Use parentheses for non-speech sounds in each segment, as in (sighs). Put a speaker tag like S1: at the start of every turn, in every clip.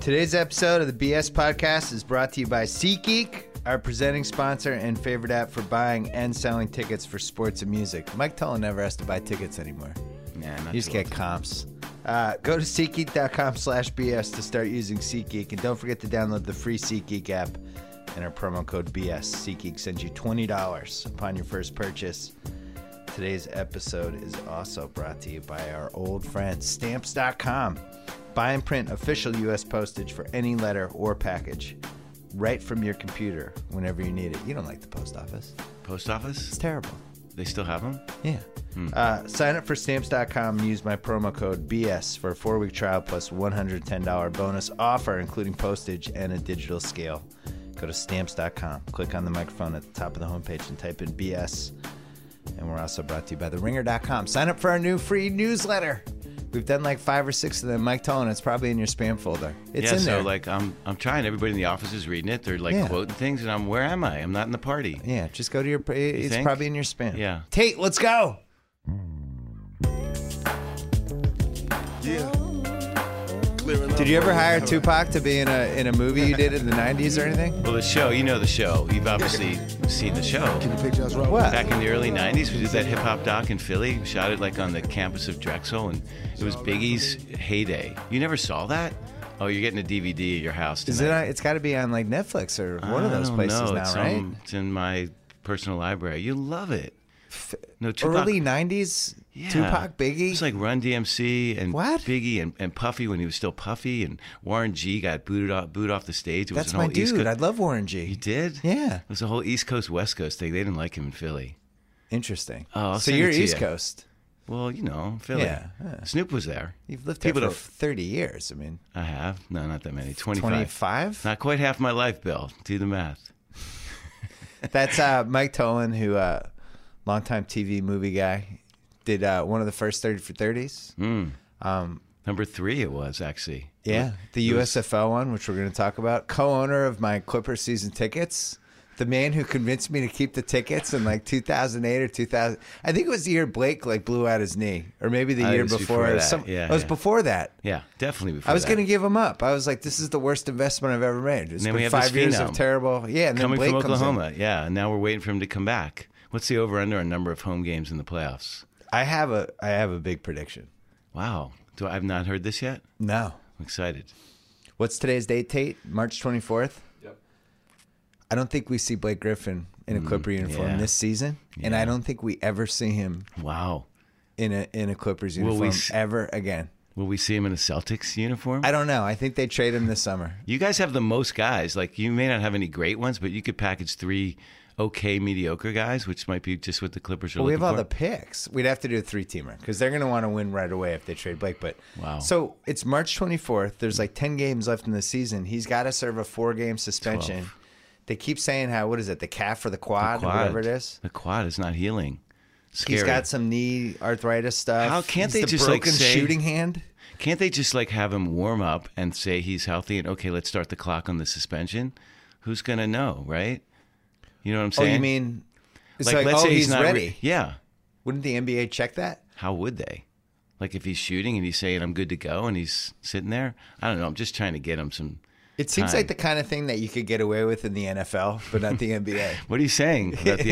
S1: Today's episode of the BS Podcast is brought to you by SeatGeek, our presenting sponsor and favorite app for buying and selling tickets for sports and music. Mike Tullen never has to buy tickets anymore.
S2: Nah, not
S1: You just
S2: too
S1: get
S2: old.
S1: comps. Uh, go to SeatGeek.com slash BS to start using SeatGeek. And don't forget to download the free SeatGeek app and our promo code BS. SeatGeek sends you $20 upon your first purchase. Today's episode is also brought to you by our old friends, Stamps.com. Buy and print official U.S. postage for any letter or package right from your computer whenever you need it. You don't like the post office,
S2: Post office?
S1: it's terrible.
S2: They still have them?
S1: Yeah.
S2: Hmm.
S1: Uh, sign up for stamps.com and use my promo code BS for a four week trial plus $110 bonus offer, including postage and a digital scale. Go to stamps.com, click on the microphone at the top of the homepage, and type in BS. And we're also brought to you by TheRinger.com. Sign up for our new free newsletter. We've done like five or six of them. Mike Tolan, it's probably in your spam folder. It's
S2: yeah,
S1: in
S2: so
S1: there.
S2: like I'm I'm trying. Everybody in the office is reading it. They're like
S1: Yeah.
S2: quoting things, and I'm where am I? I'm not in the party.
S1: yeah, just go to your. It's
S2: think?
S1: probably in your spam.
S2: Yeah.
S1: Tate, let's go.
S3: Yeah. Clearing
S1: Did you ever hire Tupac to be in a in a movie you did in the '90s or anything?
S2: Well, the show, you know the show. You've obviously seen the show.
S3: Can you picture us right
S1: What?
S2: Back in the early '90s, we did that hip hop doc in Philly. We shot it like on the campus of Drexel, and it was Biggie's heyday. You never saw that? Oh, you're getting a DVD at your house. Tonight.
S1: Is it? On, it's got to be on like Netflix or one of
S2: I
S1: those
S2: don't
S1: places
S2: know.
S1: now,
S2: it's
S1: right?
S2: on- it's in my personal library. You love it. No, Tupac,
S1: Early '90s,
S2: Yeah.
S1: Tupac, Biggie.
S2: It's like Run DMC and
S1: What?
S2: Biggie and, and Puffy when he was still Puffy and Warren G got booted off booed off the stage. It was
S1: That's
S2: an
S1: my
S2: whole East
S1: dude.
S2: Coast-
S1: I love Warren G.
S2: you did?
S1: Yeah.
S2: It was a whole East Coast West Coast thing. They didn't like him in Philly.
S1: Interesting.
S2: Oh, I'll
S1: so
S2: send it
S1: you're
S2: to
S1: East
S2: you.
S1: Coast.
S2: Well, you know, Philly.
S1: Yeah, yeah.
S2: Snoop was there.
S1: You've lived
S2: People
S1: here
S2: to
S1: for 30 years. I mean,
S2: I have. No, not that many. 25.
S1: 25.
S2: Not quite half my life, Bill. Do the math.
S1: That's uh, Mike Tolan, who uh, longtime TV movie guy, did uh, one of the first 30 for 30s.
S2: Mm-hmm. Number three it was, actually.
S1: Yeah, the USFL one, which we're going to talk about. Co-owner of my Clippers season tickets, the man who convinced me to keep the tickets in like 2008 or 2000. I think it was the year Blake like blew out his knee, or maybe the
S2: I think
S1: year
S2: Oh, it was
S1: before.
S2: before
S1: that.
S2: that.
S1: Some-
S2: Yeah,
S1: it was
S2: yeah.
S1: before that.
S2: Yeah, definitely before
S1: I was
S2: that.
S1: going to give him up. I was like, "This is the worst investment I've ever made." It's
S2: then we
S1: been
S2: have
S1: five
S2: this
S1: years
S2: phenom
S1: of terrible. Yeah, and then
S2: coming
S1: Blake
S2: from
S1: comes in.
S2: Oklahoma. Yeah, and now we're waiting for him to come back. What's the over under on number of home games in the playoffs?
S1: I have a I have a big prediction.
S2: Wow, do I've not heard this yet?
S1: No,
S2: I'm excited.
S1: What's today's date, Tate? March 24th? Yep. I don't think we see Blake Griffin in a Clipper uniform
S2: Mm, yeah.
S1: this season, and I don't think we ever see him
S2: Wow,
S1: in a in a Clippers
S2: we
S1: uniform
S2: s-
S1: ever again.
S2: will we see him in a Celtics uniform?
S1: I don't know. I think they trade him this summer.
S2: you guys have the most guys. Like you may not have any great ones, but you could package three okay mediocre guys, which might be just what the Clippers are
S1: Well, we
S2: looking
S1: have all
S2: for.
S1: the picks. We'd have to do a three teamer because they're going to want to win right away if they trade Blake. But
S2: Wow.
S1: so it's March 24th. There's like 10 games left in the season. He's got to serve a four game suspension. They keep saying how what is it the calf or the quad, or whatever it is.
S2: The quad is not healing. Scary.
S1: He's got some knee arthritis stuff.
S2: How can't
S1: He's
S2: they
S1: the
S2: just, like,
S1: broken
S2: say-
S1: shooting hand?
S2: Can't they just like have him warm up and say he's healthy and okay, let's start the clock on the suspension? Who's gonna know, right? You know what I'm
S1: Oh,
S2: saying?
S1: you mean it's like, oh, he's,
S2: re-
S1: ready.
S2: yeah.
S1: Wouldn't the NBA check that?
S2: How would they? Like if he's shooting and he's saying I'm good to go and he's sitting there. I don't know. I'm just trying to get him some.
S1: It seems
S2: Time.
S1: like the kind of thing that you could get away with in the NFL, but not
S2: (laughs)
S1: the NBA.
S2: What are you saying about the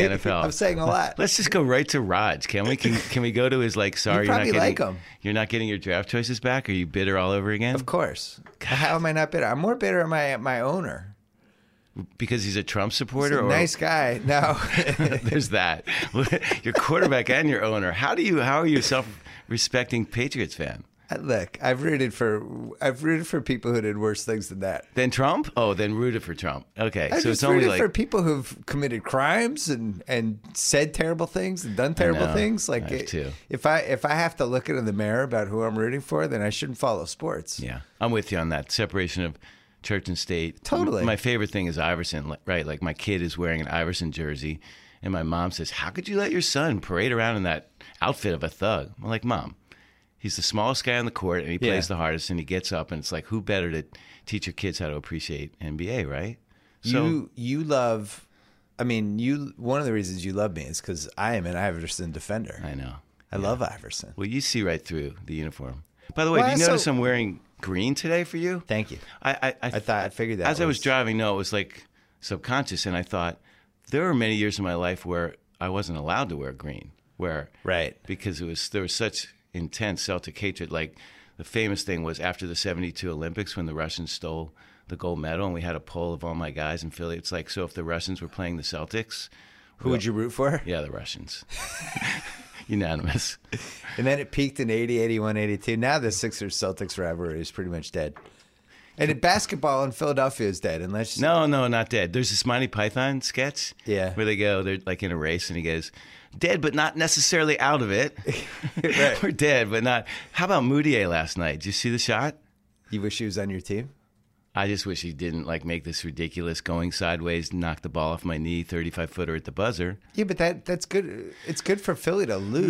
S1: (laughs)
S2: NFL?
S1: I'm saying a lot.
S2: Let's just go right to Raj. Can we? Can, can we go to his like? Sorry,
S1: You
S2: are not
S1: probably
S2: getting.
S1: like him.
S2: You're not getting your draft choices back. Are you bitter all over again?
S1: Of course. How am I not bitter? I'm more bitter at my my owner.
S2: Because he's a Trump
S1: He's
S2: supporter.
S1: a
S2: or,
S1: nice guy. (laughs) No,
S2: (laughs)
S1: (laughs)
S2: There's that. (laughs) your quarterback and your owner. How do you? How are you a self-respecting Patriots fan?
S1: look, I've rooted for I've rooted for people who did worse things than that.
S2: Then Trump? Oh, then rooted for Trump. Okay,
S1: I
S2: so
S1: just
S2: it's only
S1: rooted
S2: like
S1: for people who've committed crimes and and said terrible things and done terrible
S2: know.
S1: things. Like
S2: I have
S1: it-
S2: too.
S1: if I if I have to look into the mirror about who I'm rooting for, then I shouldn't follow sports.
S2: Yeah, I'm with you on that separation of church and state.
S1: Totally.
S2: M- My favorite thing is Iverson, li- right? Like my kid is wearing an Iverson jersey, and my mom says, "How could you let your son parade around in that outfit of a thug?" I'm like, "Mom, he's the smallest guy on the court, and he plays
S1: Yeah.
S2: the hardest, and he gets up, and it's like, who better to teach your kids how to appreciate NBA, right?" So
S1: you you love. I mean, you one of the reasons you love me is because I am an Iverson defender.
S2: I know.
S1: I love Iverson.
S2: Well, you see right through the uniform. By the way,
S1: Well,
S2: do you
S1: so-
S2: notice I'm wearing green today for you?
S1: Thank you.
S2: I I,
S1: I thought I figured that
S2: as I was
S1: was-
S2: driving. No, it was like subconscious, and I thought there were many years in my life where I wasn't allowed to wear green, where
S1: Right.
S2: because it was there was such intense Celtic hatred. Like the famous thing was after the '72 Olympics when the Russians stole the gold medal, and we had a poll of all my guys in Philly. It's like so if the Russians were playing the Celtics,
S1: Who would you root for?
S2: yeah, the Russians, (laughs) unanimous.
S1: And then it peaked in 80, 81, 82. Now the Sixers Celtics rivalry is pretty much dead. And in basketball in Philadelphia is dead unless you
S2: No, no, not dead. There's this Monty Python sketch.
S1: Yeah.
S2: Where they go, they're like in a race, and he goes, dead, but not necessarily out of it.
S1: (laughs)
S2: (laughs)
S1: Right.
S2: We're dead, but not. How about Moutier last night? Did you see the shot?
S1: you wish he was on your team.
S2: I just wish he didn't like make this ridiculous going sideways, knock the ball off my knee, 35 footer at the buzzer.
S1: Yeah, but that that's good. It's good for Philly to lose.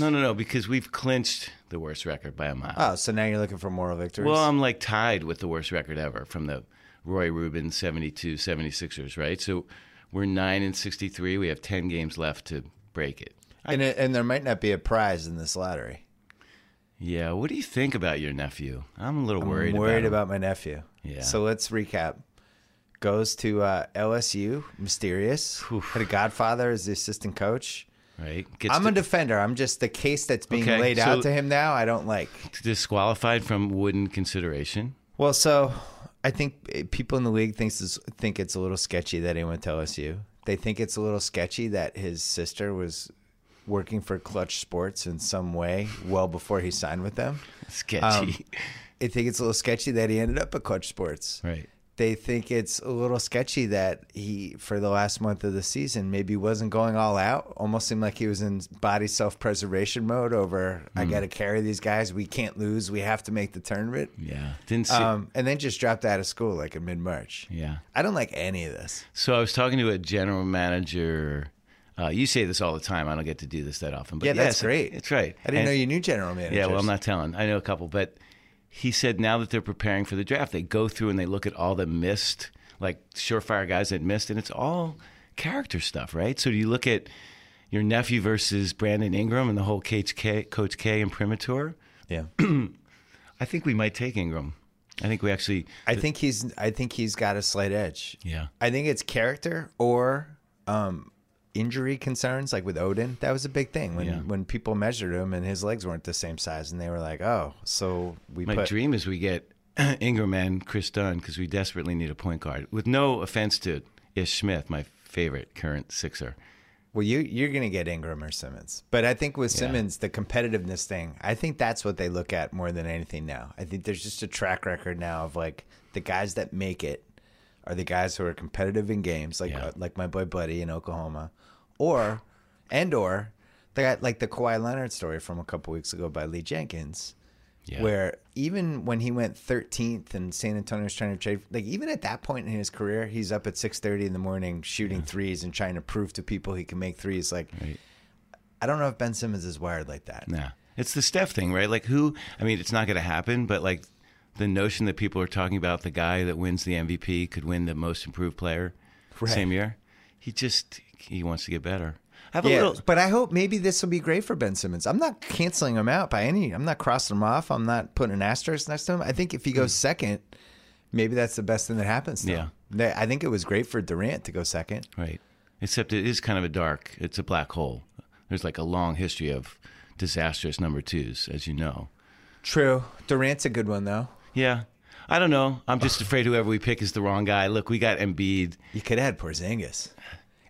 S2: No, no, no, no, because we've clinched the worst record by a mile.
S1: Oh, so now you're looking for moral victories.
S2: Well, um, I'm like tied with the worst record ever from the Roy Rubin 72 76ers, right? So we're 9 and 63. We have 10 games left to break it.
S1: and it, and there might not be a prize in this lottery.
S2: Yeah, what do you think about your nephew? I'm a little worried.
S1: I'm worried
S2: about,
S1: about, my nephew.
S2: Yeah.
S1: So let's recap. Goes to uh, LSU, mysterious. Had a godfather as the assistant coach.
S2: him, right. Gets
S1: I'm a defender. I'm just the case that's being
S2: Okay,
S1: laid
S2: so-
S1: out to him now. I don't like.
S2: disqualified from wooden consideration.
S1: Well, so I think eh, people in the league thinks this, think it's a little sketchy that he went to LSU. They think it's a little sketchy that his sister was working for Clutch Sports in some way well before he signed with them. Um,
S2: Sketchy,
S1: They think it's a little sketchy that he ended up at Clutch Sports.
S2: (laughs) right?
S1: They think it's a little sketchy that he, for the last month of the season, maybe wasn't going all out. Almost seemed like he was in body self preservation mode over, I got to carry these guys. We can't lose. We have to make the tournament.
S2: Yeah, didn't see.
S1: Um, and then just dropped out of school like in mid March.
S2: yeah.
S1: I don't like any of this.
S2: So I was talking to a general manager. Uh, you say this all the time. I don't get to do this that often. But
S1: Yeah, that's
S2: yes,
S1: great.
S2: It's right.
S1: I didn't
S2: And-
S1: know you knew general managers.
S2: Yeah, well, I'm not telling. I know a couple, but he said now that they're preparing for the draft, they go through and they look at all the missed, like surefire guys that missed, and it's all character stuff, right? So do you look at your nephew versus Brandon Ingram and the whole Coach K, Coach K imprimatur? (clears throat)
S1: Yeah,
S2: I think we might take Ingram. I think we actually,
S1: I think he's. I think he's got a slight edge.
S2: yeah,
S1: I think it's character or um, injury concerns, like with Odin. That was a big thing when
S2: Yeah.
S1: when people measured him and his legs weren't the same size, and they were like, "Oh, so we
S2: My
S1: put."
S2: dream is we get (clears throat) Ingram and Chris Dunn because we desperately need a point guard. With no offense to Ish Smith, my favorite current Sixer.
S1: Well, you you're gonna get Ingram or Simmons, but I think with Simmons, the competitiveness thing, I think that's what they look at more than anything now. I think there's just a track record now of like the guys that make it are the guys who are competitive in games, like
S2: Yeah.
S1: uh, like my boy Buddy in Oklahoma, or and or they got like the Kawhi Leonard story from a couple weeks ago by Lee Jenkins,
S2: Yeah.
S1: where even when he went 13th and San Antonio was trying to trade, like even at that point in his career, he's up at 6:30 in the morning shooting threes and trying to prove to people he can make threes. Like,
S2: Right.
S1: I don't know if Ben Simmons is wired like that.
S2: Nah. It's the Steph thing, right? Like who I mean, it's not gonna happen, but like the notion that people are talking about the guy that wins the MVP could win the most improved player
S1: Right.
S2: same year. He just he wants to get better. I have
S1: Yeah,
S2: a little
S1: but I hope maybe this will be great for Ben Simmons. I'm not canceling him out by any. I'm not crossing him off. I'm not putting an asterisk next to him. I think if he goes second, maybe that's the best thing that happens. To
S2: Hmm. Yeah.
S1: him. They- I think it was great for Durant to go second.
S2: Right. Except it is kind of a dark it's a black hole. There's like a long history of disastrous number twos, as you know.
S1: True. Durant's a good one though.
S2: Yeah. I don't know. I'm just afraid whoever we pick is the wrong guy. Look, we got Embiid.
S1: You could add Porzingis.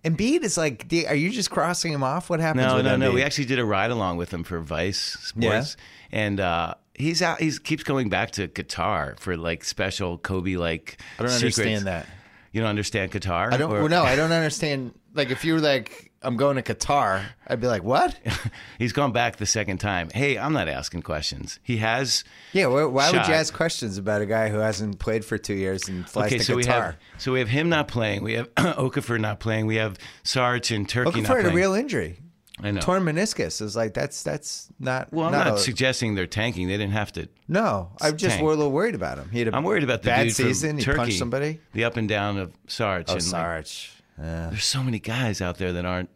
S1: Embiid is like, d- are you just crossing him off? What happens?
S2: No,
S1: with
S2: no, no.
S1: Embiid?
S2: We actually did a ride along with him for Vice Sports, and uh, he's out. He keeps going back to Qatar for like special Kobe like.
S1: I don't understand that.
S2: You don't understand Qatar.
S1: I don't.
S2: Or-
S1: well, no, I don't understand. Like, if you were like, I'm going to Qatar, I'd be like, what?
S2: (laughs) he's gone back the second time. Hey, I'm not asking questions. He has.
S1: Yeah. Why, why would
S2: Shot.
S1: you ask questions about a guy who hasn't played for two years and flies
S2: Okay,
S1: to
S2: so
S1: Qatar?
S2: we have so we have him not playing. We have (clears throat) Okafor not playing. We have Sarge and Turkey
S1: Looking
S2: not
S1: for
S2: playing.
S1: a real injury.
S2: I know.
S1: Torn meniscus is like that's that's not.
S2: well, I'm not,
S1: a-
S2: suggesting they're tanking. They didn't have to
S1: no, I'm just
S2: tank.
S1: were a little worried about him. He had a
S2: I'm worried about the
S1: bad
S2: dude from
S1: season. He
S2: Turkey,
S1: punched somebody.
S2: The up and down of Sarge.
S1: Oh,
S2: and like,
S1: Sarge. Yeah.
S2: there's so many guys out there that aren't.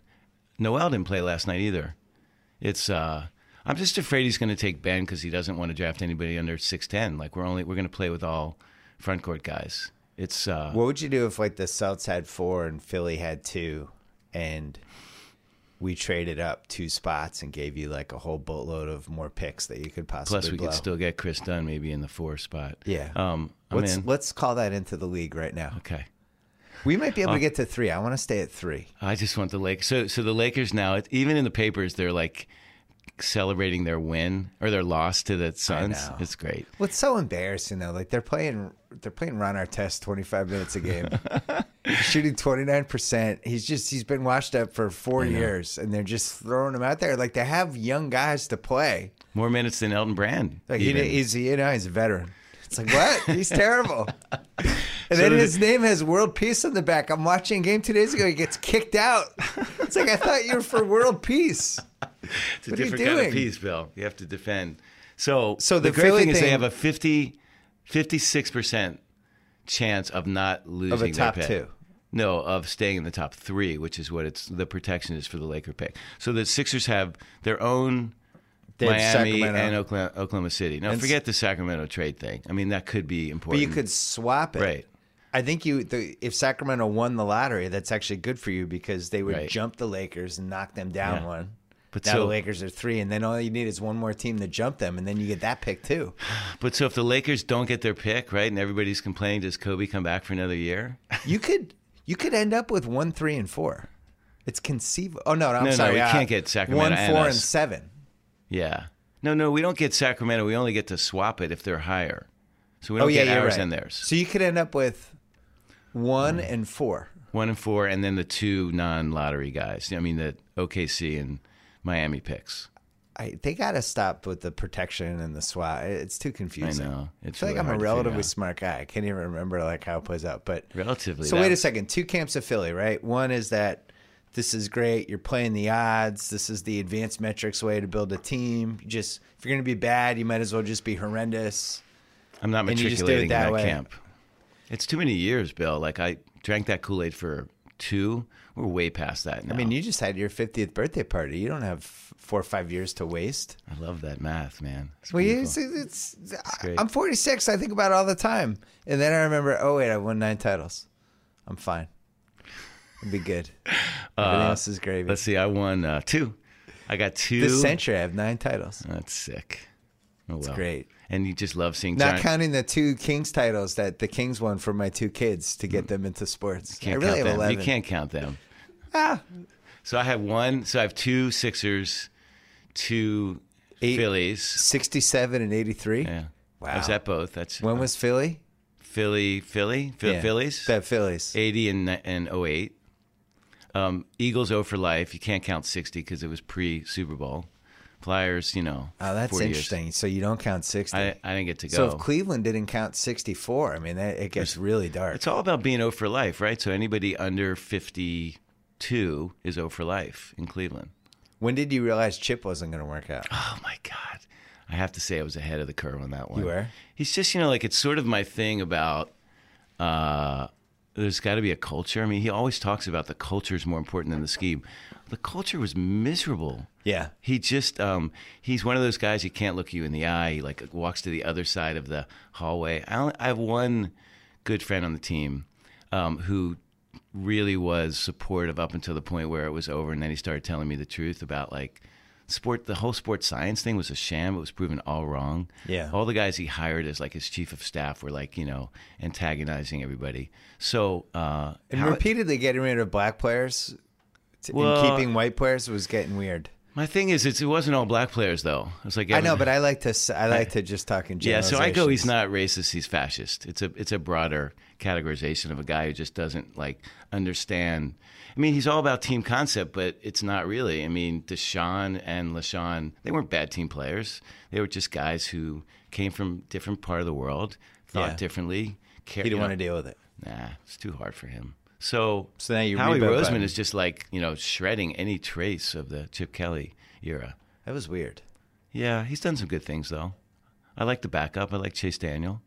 S2: Noel didn't play last night either. It's uh, I'm just afraid he's going to take Ben because he doesn't want to draft anybody under six ten. Like we're only we're going to play with all front court guys. It's uh,
S1: What would you do if like the Celts had four and Philly had two, and we traded up two spots and gave you like a whole boatload of more picks that you could possibly
S2: plus we
S1: blow?
S2: could still get Chris Dunn maybe in the four spot.
S1: yeah.
S2: Um, I'm
S1: let's
S2: in.
S1: let's call that into the league right now.
S2: okay. Uh,
S1: We might be able to get to three. I want to stay at three.
S2: I just want the Lakers. So, so the Lakers now, it, even in the papers, they're like celebrating their win or their loss to the Suns.
S1: know.
S2: It's great.
S1: What's so embarrassing though? Like they're playing, they're playing Ron Artest twenty five minutes a
S2: (laughs)
S1: game, He's shooting twenty nine percent. He's just he's been washed up for four years, and they're just throwing him out there. Like they have young guys to play.
S2: More minutes than Elton Brand.
S1: Like he,
S2: even.
S1: he's you know he's a veteran. It's like what? He's
S2: (laughs)
S1: terrible. And then
S2: did-
S1: his name has world peace on the back. I'm watching a game two days ago. He gets kicked out. It's like I thought you were for world peace.
S2: it's a
S1: what are you
S2: different kind
S1: doing?
S2: of piece, Bill. You have to defend. So,
S1: So
S2: the,
S1: the
S2: great
S1: Philly
S2: thing, is they
S1: thing-
S2: have a 50, 56% chance of not losing their
S1: top
S2: pick.
S1: two.
S2: No, of staying in the top three, which is what it's the protection is for the Laker pick. So the Sixers have their own
S1: They have
S2: Miami
S1: Sacramento.
S2: and Oklahoma, Oklahoma City. Now
S1: And s-
S2: forget the Sacramento trade thing. I mean that could be
S1: But
S2: important.
S1: you could swap it.
S2: right.
S1: I think you the, if Sacramento won the lottery, that's actually good for you because they would
S2: Right.
S1: jump the Lakers and knock them down
S2: Yeah.
S1: one. But now
S2: But
S1: the
S2: so-
S1: Lakers are three, and then all you need is one more team to jump them, and then you get that pick too.
S2: But so if the Lakers don't get their pick, right, and everybody's complaining, does Kobe come back for another year?
S1: You could you could end up with one, three, and four. It's conceivable. Oh no, no I'm
S2: No, no,
S1: sorry,
S2: we
S1: uh,
S2: can't get Sacramento
S1: One,
S2: and
S1: four,
S2: us.
S1: and seven.
S2: Yeah. No, no, we don't get Sacramento. We only get to swap it if they're higher. So we don't
S1: oh yeah,
S2: get
S1: you're
S2: ours
S1: right.
S2: and theirs. Mm.
S1: So you could end up with one and four.
S2: One and four, and then the two non-lottery guys. I mean, the OKC and Miami picks.
S1: I, they got to stop with the protection and the SWAT. It's too
S2: I
S1: confusing.
S2: know.
S1: I
S2: It's
S1: feel like
S2: really
S1: I'm a
S2: hard to
S1: relatively
S2: figure out.
S1: smart guy. I can't even remember like how it plays out. But
S2: relatively.
S1: so
S2: that-
S1: wait a second. Two camps of Philly, right? One is that this is great. You're playing the odds. This is the advanced metrics way to build a team. You just if you're going to be bad, you might as well just be horrendous.
S2: I'm not
S1: and you just do it
S2: matriculating in
S1: that
S2: that
S1: way.
S2: camp. It's too many years, Bill. Like I drank that Kool-Aid for two. We're way past that now.
S1: I mean, you just had your 50th birthday party. You don't have f- four or five years to waste.
S2: I love that math, man. It's
S1: Well,
S2: beautiful.
S1: it's, it's,
S2: great.
S1: I'm 46. I think about it all the time, and then I remember. Oh wait, I won nine titles. I'm fine. It'll be
S2: (laughs)
S1: good. Everything else is gravy.
S2: Uh, Let's see. I won uh, two. I got two.
S1: This century, I have nine titles.
S2: That's sick. Oh, well.
S1: great.
S2: And you just love seeing
S1: Not
S2: John-
S1: counting the two Kings titles that the Kings won for my two kids to get them into sports.
S2: Mm. Can't
S1: I really
S2: count
S1: have
S2: them.
S1: 11.
S2: You can't count them.
S1: Ah.
S2: So I have one. So I have two Sixers, two
S1: Eight-
S2: Phillies.
S1: 67 and 83.
S2: Yeah.
S1: Wow.
S2: I was at both. That's
S1: When was Philly?
S2: Philly, Philly, Phil
S1: Yeah.
S2: Phillies.
S1: That Phillies.
S2: 80 and, ni- and 08. Um, Eagles 0 for life. You can't count 60 because it was pre Super Bowl. Flyers, you know.
S1: Oh, that's
S2: 40 years.
S1: interesting. So you don't count 60.
S2: I, I didn't get to go.
S1: so if Cleveland didn't count 64, I mean, that, it gets really dark.
S2: It's all about being 0 for life, right? So anybody under 52 is 0 for life in Cleveland.
S1: When did you realize Chip wasn't going to work
S2: (sighs)
S1: out?
S2: Oh my god! I have to say I was ahead of the curve on that one.
S1: You were?
S2: He's just you know like it's sort of my thing about. uh There's got to be a culture. I mean, he always talks about the culture is more important than the scheme. The culture was miserable.
S1: Yeah.
S2: He just um he's one of those guys who can't look you in the eye. He like walks to the other side of the hallway. I only, I have one good friend on the team um, who really was supportive up until the point where it was over, and then he started telling me the truth about like sport. The whole sports science thing was a sham. It was proven all wrong.
S1: Yeah.
S2: all the guys he hired as like his chief of staff were like you know antagonizing everybody. So uh,
S1: And
S2: how-
S1: repeatedly getting rid of black players t-
S2: Well-
S1: and keeping white players was getting weird.
S2: my thing is it's, it wasn't all black players though. It's like
S1: I know,
S2: every-
S1: but I like to s- I like to just talk in
S2: Yeah, so I go. He's
S1: generalizations.
S2: not racist. He's fascist. It's a it's a broader categorization of a guy who just doesn't like understand. I mean, he's all about team concept, but it's not really. I mean, Deshaun and Lashawn, they weren't bad team players. They were just guys who came from different part of the world, thought
S1: Yeah.
S2: differently. Care,
S1: He didn't
S2: you know,
S1: want to deal with it.
S2: Nah, it's too hard for him. So,
S1: So now you
S2: Howie
S1: rebuilt
S2: Roseman
S1: Biden.
S2: is just like you know shredding any trace of the Chip Kelly era.
S1: That was weird.
S2: Yeah, he's done some good things though. I like the backup. I like Chase Daniel.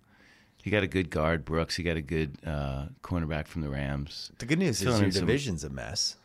S2: He got a good guard, Brooks. He got a good uh, cornerback from the Rams.
S1: The good news
S2: Filling
S1: is your
S2: in some-
S1: division's a mess.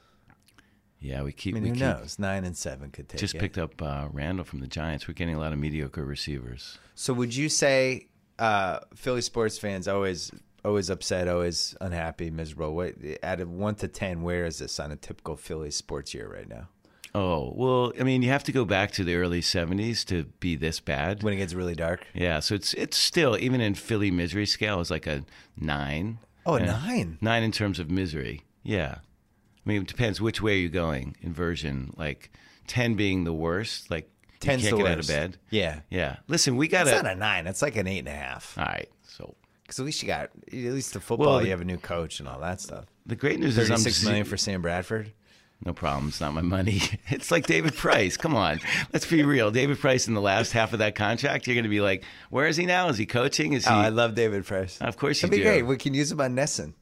S2: Yeah, we keep.
S1: I mean,
S2: we
S1: who
S2: keep-
S1: knows? Nine and seven could take
S2: Just
S1: it.
S2: picked up uh, Randall from the Giants. We're getting a lot of mediocre receivers.
S1: So would you say uh, Philly sports fans always always upset, always unhappy, miserable? What out of one to ten, where is this on a typical Philly sports year right now?
S2: Oh well, I mean, you have to go back to the early '70s to be this bad.
S1: When it gets really dark?
S2: Yeah, so it's it's still even in Philly misery scale is like a nine.
S1: Oh, a
S2: Yeah.
S1: nine.
S2: Nine in terms of misery. Yeah, I mean, it depends which way you're going. Inversion, like ten being the worst. Like you
S1: Ten's
S2: can't
S1: the
S2: get
S1: worst.
S2: out of bed.
S1: Yeah.
S2: Yeah. Listen, we got
S1: It's
S2: to.
S1: not a nine. It's like an eight and a half.
S2: All right. So
S1: Because at least you got at least the football.
S2: Uh, Well,
S1: you have a new coach and all that stuff.
S2: the great news is I'm
S1: Thirty-six million
S2: ze-
S1: for Sam Bradford.
S2: No problem. It's not my money. (laughs) It's like David Price. Come on. Let's be real. David Price in the last half of that contract, you're going to be like, where is he now? Is he coaching? Is he?
S1: Oh, I love David Price.
S2: Of course you
S1: That'd be
S2: do.
S1: great. We can use him on Nesson.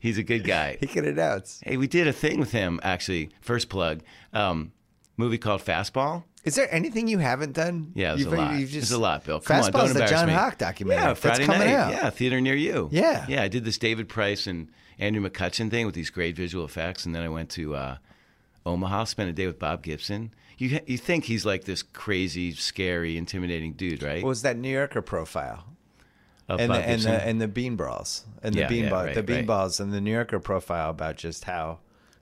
S2: He's a good guy.
S1: (laughs) He can announce.
S2: Hey, we did a thing with him actually. First plug. Um, movie called Fastball.
S1: Is there anything you haven't done?
S2: Yeah, there's
S1: you've,
S2: a lot.
S1: you've
S2: There's a lot, Bill. Come on,
S1: Fastball's
S2: don't
S1: the
S2: embarrass
S1: John
S2: me.
S1: Hawk documentary.
S2: Yeah, Friday
S1: that's coming
S2: night.
S1: out.
S2: Yeah, theater near you.
S1: Yeah.
S2: yeah. I did this David Price and Andrew McCutcheon thing with these great visual effects, and then I went to uh, Omaha, spent a day with Bob Gibson. You you think he's like this crazy, scary, intimidating dude, right?
S1: What was that New Yorker profile?
S2: Of
S1: And the,
S2: Bob
S1: and
S2: Gibson.
S1: the and the bean brawls and the
S2: Yeah,
S1: bean
S2: yeah,
S1: ball,
S2: right,
S1: the bean
S2: right.
S1: balls and the New Yorker profile about just how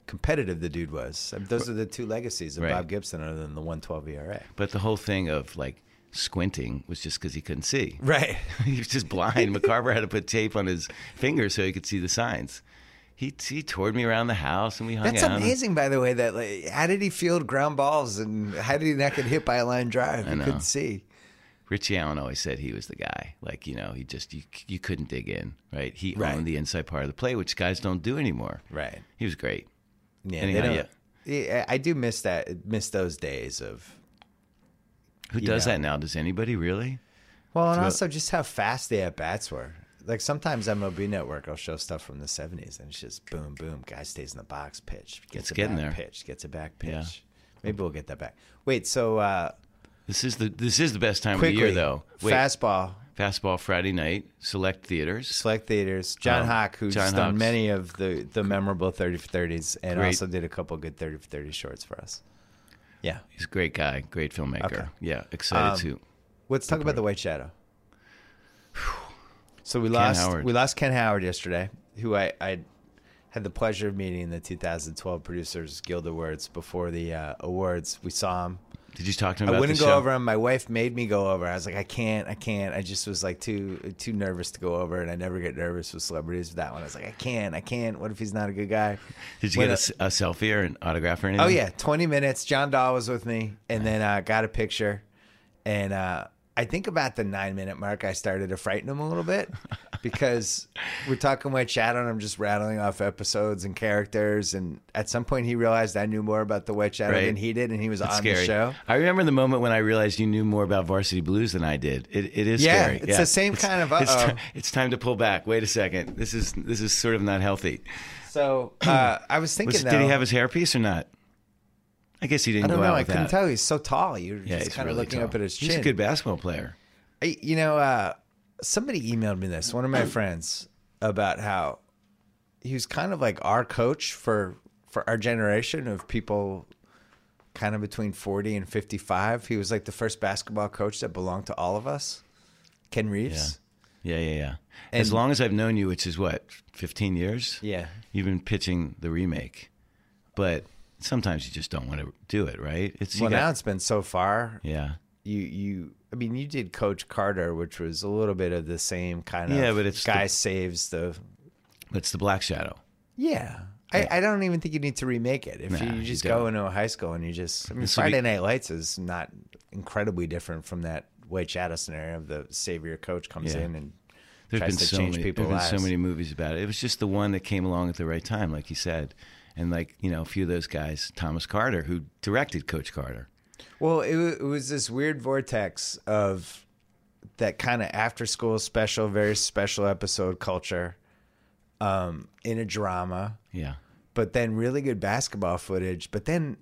S1: competitive the dude was. And Those are the two legacies of
S2: Right.
S1: Bob Gibson, other than the E 112 ERA.
S2: but the whole thing of like squinting was just because he couldn't see. (laughs)
S1: Right.
S2: he was just blind. McCarver had to put tape on his fingers so he could see the signs. He he toured me around the house and we hung
S1: That's
S2: out.
S1: amazing, by the way. That like, how did he field ground balls and how did he not get hit by a line drive?
S2: I
S1: You
S2: know.
S1: couldn't see.
S2: Richie Allen always said he was the guy. Like you know, he just you, you couldn't dig in, right? He
S1: Right.
S2: owned the inside part of the play, which guys don't do anymore.
S1: Right.
S2: He was great.
S1: Yeah.
S2: Anyhow,
S1: they
S2: yeah.
S1: don't, yeah. I do miss that. Miss those days of
S2: Who
S1: You
S2: does
S1: know.
S2: that now? Does anybody really?
S1: Well, and
S2: about-
S1: also just how fast the at bats were. Like sometimes MLB Network will show stuff from the '70s, and it's just boom, boom. Guy stays in the box, pitch, gets
S2: It's
S1: a back
S2: getting there.
S1: pitch, gets a back pitch.
S2: Yeah.
S1: Maybe we'll get that back. Wait, so uh,
S2: This is the this is the best time
S1: quickly
S2: of the year though. Wait,
S1: fastball,
S2: fastball Friday night, select theaters.
S1: select theaters. John
S2: Oh,
S1: Hawk, who's
S2: John
S1: done
S2: Hawkes.
S1: many of the the memorable 30 for 30s, and
S2: Great.
S1: also did a couple good 30 for 30 shorts for us. Yeah,
S2: He's a great guy, great filmmaker.
S1: Okay. Um,
S2: Yeah, excited to.
S1: let's talk about the White Shadow. (sighs) So we lost
S2: Howard.
S1: we lost Ken Howard yesterday, who I, I had the pleasure of meeting in the 2012 Producers Guild Awards before the uh, awards. We saw him.
S2: Did you talk to him
S1: I
S2: about
S1: wouldn't
S2: the
S1: go
S2: show?
S1: over him. My wife made me go over. I was like, I can't, I can't. I just was like too too nervous to go over, and I never get nervous with celebrities. With that one, I was like, I can't, I can't. What if he's not a good guy?
S2: Did you
S1: When
S2: get a
S1: I-
S2: s- a, selfie or an autograph or anything?
S1: Oh yeah, twenty minutes. John Dahl was with me, and then uh, got a picture. And uh, I think about the nine minute mark, I started to frighten him a little
S2: (laughs)
S1: bit because we're talking White Shadow, and I'm just rattling off episodes and characters. And at some point, he realized I knew more about the White Shadow
S2: Right.
S1: than he did, and he was
S2: It's
S1: on
S2: scary.
S1: the show.
S2: I remember the moment when I realized you knew more about Varsity Blues than I did. It, it is
S1: Yeah,
S2: scary.
S1: it's the same kind of,
S2: It's,
S1: uh-oh.
S2: ti- it's time to pull back. Wait a second. This is this is sort of not healthy.
S1: So uh, I was
S2: (clears throat) Was-
S1: thinking,
S2: did
S1: though,
S2: he have his hairpiece or not? I guess he didn't
S1: I don't
S2: go out
S1: know. I
S2: with
S1: couldn't
S2: that.
S1: tell. He's so tall. You're
S2: Yeah,
S1: just
S2: he's
S1: kind of
S2: really
S1: looking
S2: tall.
S1: up at his chin.
S2: He's a good basketball player.
S1: I- you know, uh, somebody emailed me this, one of my friends, about how he was kind of like our coach for for our generation of people kind of between 40 and 55. He was like the first basketball coach that belonged to all of us. Ken Reeves.
S2: Yeah, yeah, yeah. as long as I've known you, which is what fifteen years.
S1: Yeah.
S2: You've been pitching the remake, but sometimes you just don't want to do it, right? It's you
S1: Well,
S2: got-
S1: now it's been so far.
S2: yeah,
S1: You you I mean, you did coach Carter, which was a little bit of the same kind of
S2: Yeah, but it's
S1: guy
S2: the-
S1: saves the
S2: but it's the Black Shadow.
S1: Yeah. I, I don't even think you need to remake it. If
S2: Nah,
S1: you,
S2: you
S1: just
S2: don't.
S1: go into a high school and you just, I mean,
S2: This would be-
S1: Friday Night Lights is not incredibly different from that White Shadow scenario of the savior coach comes
S2: Yeah.
S1: in and
S2: There's
S1: tries
S2: been
S1: to
S2: so
S1: change
S2: many,
S1: people's
S2: there've
S1: lives.
S2: been so many movies about it. It was just the one that came along at the right time, like you said, and like you know, a few of those guys, Thomas Carter, who directed Coach Carter.
S1: Well, it, wa- it was this weird vortex of that kind of after school special, very special episode culture um, in a drama.
S2: Yeah,
S1: but then really good basketball footage, but then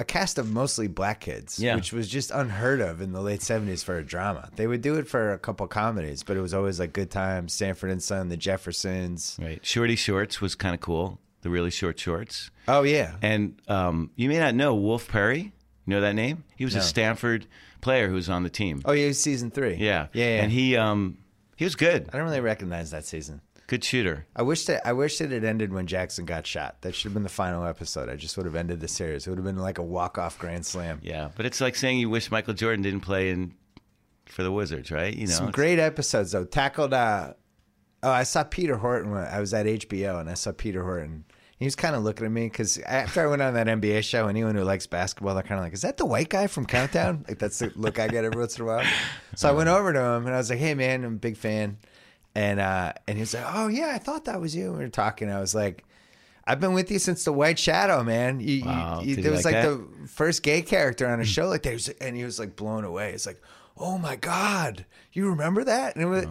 S1: a cast of mostly black kids,
S2: Yeah.
S1: which was just unheard of in the late 70s for a drama. They would do it for a couple comedies, but it was always like Good Times, Sanford and Son, The Jeffersons.
S2: right. Shorty Shorts was kind of cool. the really short shorts.
S1: Oh yeah.
S2: And um, you may not know Wolf Perry. You know that name? He was a
S1: No.
S2: Stanford player who was on the team.
S1: Oh yeah, it was season three.
S2: Yeah.
S1: Yeah. yeah.
S2: And he um, he was good.
S1: I don't really recognize that season.
S2: Good shooter.
S1: I wish that I wish that it ended when Jackson got shot. That should have been the final episode. I just would have ended the series. It would have been like a walk off grand slam.
S2: Yeah. But it's like saying you wish Michael Jordan didn't play in for the Wizards, right? You know.
S1: Some
S2: it's-
S1: great episodes though. Tackled. Uh, oh, I saw Peter Horton. When I was at HBO, and I saw Peter Horton. He was kind of looking at me because after I went on that NBA show, anyone who likes basketball, they're kind of like, "Is that the white guy from Countdown?" like that's the look I get every once in a while. So I went over to him and I was like, "Hey man, I'm a big fan," and uh, and he was like, "Oh yeah, I thought that was you." And we were talking. I was like. I've been with you since the White Shadow, man. You, you-
S2: Wow,
S1: you-
S2: did he
S1: there was
S2: like
S1: like
S2: that?
S1: the first gay character
S2: Hmm.
S1: on a show like that, He was- and he was like blown away. It's like, oh my god, you remember that? And it was,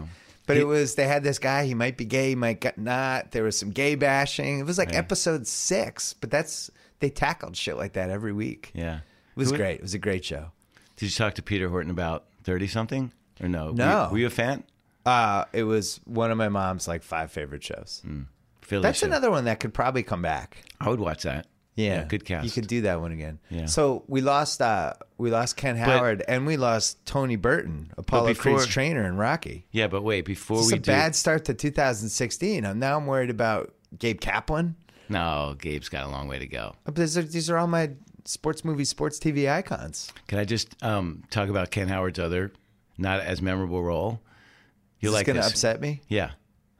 S1: but it was they had this guy. He might be gay, he might got- not. There was some gay bashing. It was like episode six, but that's they tackled shit like that every week.
S2: Yeah.
S1: It was
S2: Who-
S1: great. It was a great show.
S2: Did you talk to Peter Horton about 30 something or no? Were-
S1: No.
S2: Were, you a fan?
S1: Uh, it was one of my mom's like five favorite shows.
S2: Mm. Philly
S1: That's
S2: show.
S1: another one that could probably come back.
S2: I would watch that.
S1: Yeah,
S2: good cast.
S1: You could do that one again.
S2: Yeah.
S1: So we lost uh we lost Ken Howard and we lost Tony Burton, Apollo
S2: before-
S1: Creed's trainer in Rocky.
S2: yeah, but wait, before
S1: It's
S2: we
S1: a
S2: do
S1: bad start to 2016. I'm now I'm worried about Gabe Kaplan. Uh,
S2: No, Gabe's got a long way to go.
S1: But These are, these are all my sports movie, sports TV icons.
S2: Can I just um, talk about Ken Howard's other not as memorable role? You
S1: Is
S2: like
S1: going to
S2: this?
S1: upset me?
S2: Yeah,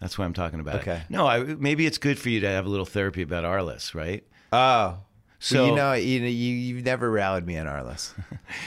S2: that's what I'm talking about.
S1: Okay.
S2: No, I, maybe it's good for you to have a little therapy about our list, right?
S1: Oh.
S2: So
S1: you know, you know, you you've never rallied me on our list.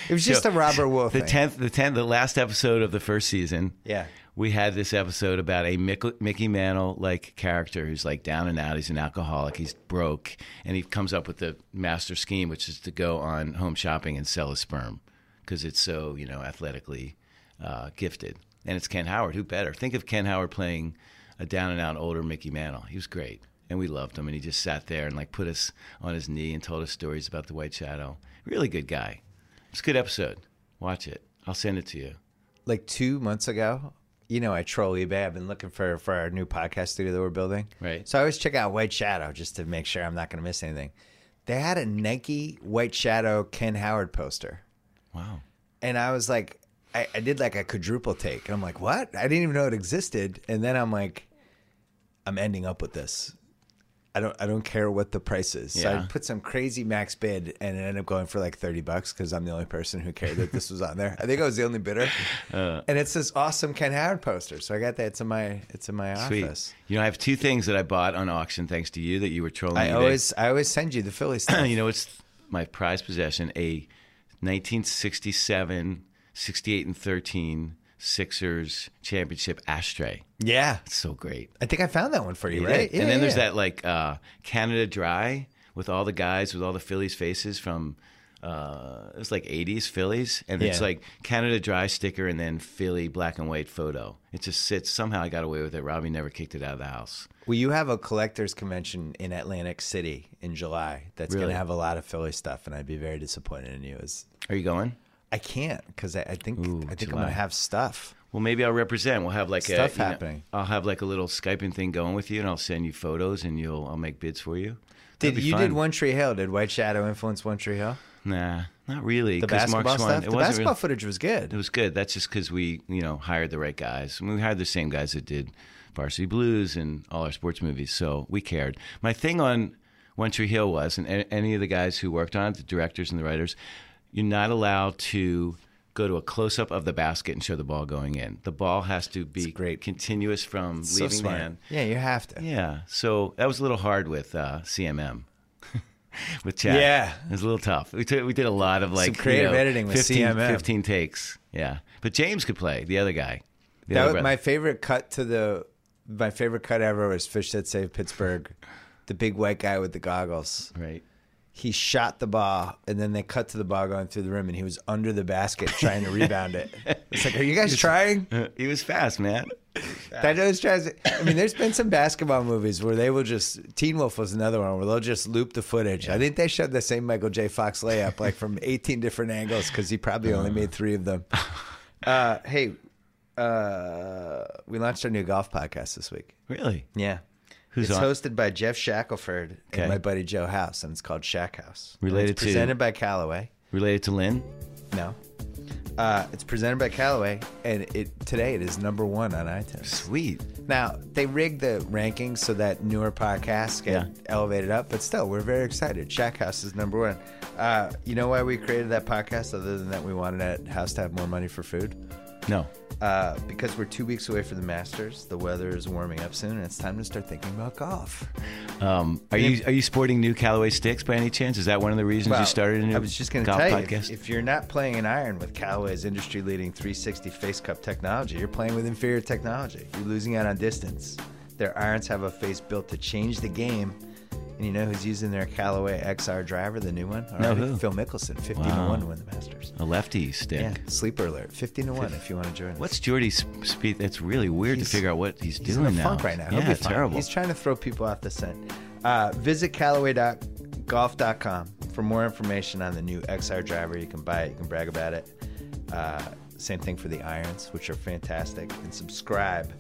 S1: It was just
S2: (laughs) So,
S1: a Robert Wolf.
S2: the
S1: thing.
S2: tenth, the tenth, the last episode of the first season.
S1: Yeah.
S2: we had this episode about a Mick, Mickey Mantle like character who's like down and out. He's an alcoholic. He's broke, and he comes up with the master scheme, which is to go on home shopping and sell his sperm because it's so you know athletically uh, gifted. And it's Ken Howard. Who better? Think of Ken Howard playing a down and out older Mickey Mantle. He was great, and we loved him. And he just sat there and like put us on his knee and told us stories about the White Shadow. Really good guy. It's a good episode. Watch it. I'll send it to you.
S1: like two months ago. You know, I troll eBay. I've been looking for for our new podcast studio that we're building.
S2: Right.
S1: So I always check out White Shadow just to make sure I'm not going to miss anything. They had a Nike White Shadow Ken Howard poster,
S2: Wow.
S1: and I was like, I, I did like a quadruple take, and I'm like, what? I didn't even know it existed. And then I'm like, I'm ending up with this. I don't. I don't care what the price is. So
S2: Yeah.
S1: I put some crazy max bid, and it ended up going for like thirty bucks because I'm the only person who cared that this was on there. I think I was the only
S2: (laughs)
S1: bidder.
S2: Uh.
S1: and it's this awesome Ken Howard poster. So I got that. It's in my. It's in my office.
S2: You know, I have two things that I bought on auction thanks to you that you were trolling.
S1: I
S2: eBay.
S1: always. I always send you the
S2: (clears throat)
S1: Philly stuff.
S2: you know, it's my prized possession a 1967, 68, and 13 Sixers championship ashtray.
S1: yeah.
S2: It's so great.
S1: I think I found that one for you,
S2: You
S1: right?
S2: did. and then there's
S1: yeah.
S2: that like uh, Canada Dry with all the guys with all the Phillies faces from uh, it was like 80s Phillies, and it's
S1: Yeah.
S2: like Canada Dry sticker and then Philly black and white photo. It just sits. Somehow I got away with it. Robbie never kicked it out of the house.
S1: Well, you have a collectors convention in Atlantic City in July. That's
S2: Really?
S1: going to have a lot of Philly stuff, and I'd be very disappointed in you. Is
S2: Are you going?
S1: I can't because I, I think
S2: Ooh,
S1: I think I'm
S2: July.
S1: going to have stuff.
S2: Well, maybe I'll represent. We'll have like a,
S1: Stuff
S2: you know,
S1: happening.
S2: I'll have like a little skyping thing going with you, and I'll send you photos, and you'll I'll make bids for you.
S1: Did
S2: That'd be
S1: you
S2: fun.
S1: did One Tree Hill? Did White Shadow influence One Tree Hill?
S2: Nah, not really.
S1: The
S2: 'cause Mark
S1: basketball
S2: Swan-
S1: stuff.
S2: It
S1: The
S2: wasn't
S1: basketball
S2: really,
S1: footage was
S2: it
S1: good.
S2: was good. That's just because we you know hired the right guys. I mean, we hired the same guys that did Varsity Blues and all our sports movies, so we cared. My thing on One Tree Hill was, and a- any of the guys who worked on it, the directors and the writers, you're not allowed to go to a close up of the basket and show the ball going in. The ball has to be
S1: great.
S2: continuous from
S1: So
S2: leaving
S1: smart.
S2: the hand.
S1: Yeah, you have to.
S2: Yeah. So that was a little hard with uh, CMM.
S1: (laughs)
S2: with Chad.
S1: Yeah.
S2: It was a little tough. We, took we did a lot of like
S1: creative
S2: you know,
S1: editing with
S2: 15,
S1: CMM.
S2: 15 takes. Yeah. But James could play, the other guy. The
S1: That
S2: other
S1: was
S2: brother.
S1: my favorite cut to the. My favorite cut ever was Fish That Saved Pittsburgh, the big white guy with the goggles.
S2: Right.
S1: he shot the ball and then they cut to the ball going through the rim and he was under the basket trying to rebound it. It's like, are you guys
S2: (laughs)
S1: trying?
S2: Uh, He was fast, man.
S1: That always tries. I mean, there's been some basketball movies where they will just. Teen Wolf was another one where they'll just loop the footage. I think they showed the same Michael J. Fox layup like from (laughs) 18 different angles because he probably only made three of
S2: (laughs)
S1: them. Uh, hey, uh, we launched our new golf podcast this week.
S2: Really?
S1: Yeah,
S2: Who's
S1: it's
S2: on?
S1: hosted by Jeff Shackelford
S2: Okay.
S1: and my buddy Joe House, and it's called Shack House.
S2: Related
S1: and it's
S2: to-
S1: presented by Callaway.
S2: Related to Lynn?
S1: No, uh, it's presented by Callaway, and it today it is number one on iTunes.
S2: Sweet.
S1: Now they rigged the rankings so that newer podcasts get
S2: Yeah.
S1: elevated up, but still, we're very excited. Shack House is number one. Uh, you know why we created that podcast? Other than that, we wanted that house to have more money for food.
S2: No.
S1: Uh, because we're two weeks away from the Masters, the weather is warming up soon, and it's time to start thinking about golf.
S2: Um, are you are you sporting new Callaway sticks by any chance? Is that one of the reasons you
S1: Well,
S2: started a new
S1: I was just going to
S2: golf
S1: tell you, if-
S2: podcast?
S1: If, you're not playing an iron with Callaway's industry-leading 360 face cup technology, you're playing with inferior technology. You're losing out on distance. Their irons have a face built to change the game. And you know who's using their Callaway XR driver, the new one?
S2: No,
S1: Already?
S2: who?
S1: Phil Mickelson, 15 to
S2: Wow.
S1: 1 to win the Masters.
S2: a lefty stick.
S1: Yeah, sleeper alert, 15 to 1 if you want to join us.
S2: What's Jordy's speed? That's really weird
S1: He's-
S2: to figure out what he's,
S1: He's
S2: doing
S1: in a
S2: now.
S1: funk right now. He'll
S2: Yeah,
S1: be
S2: it's
S1: fine.
S2: terrible.
S1: He's trying to throw people off the scent. Uh, visit Callaway.golf.com for more information on the new XR driver. You can buy it. You can brag about it. Uh, same thing for the irons, which are fantastic. And subscribe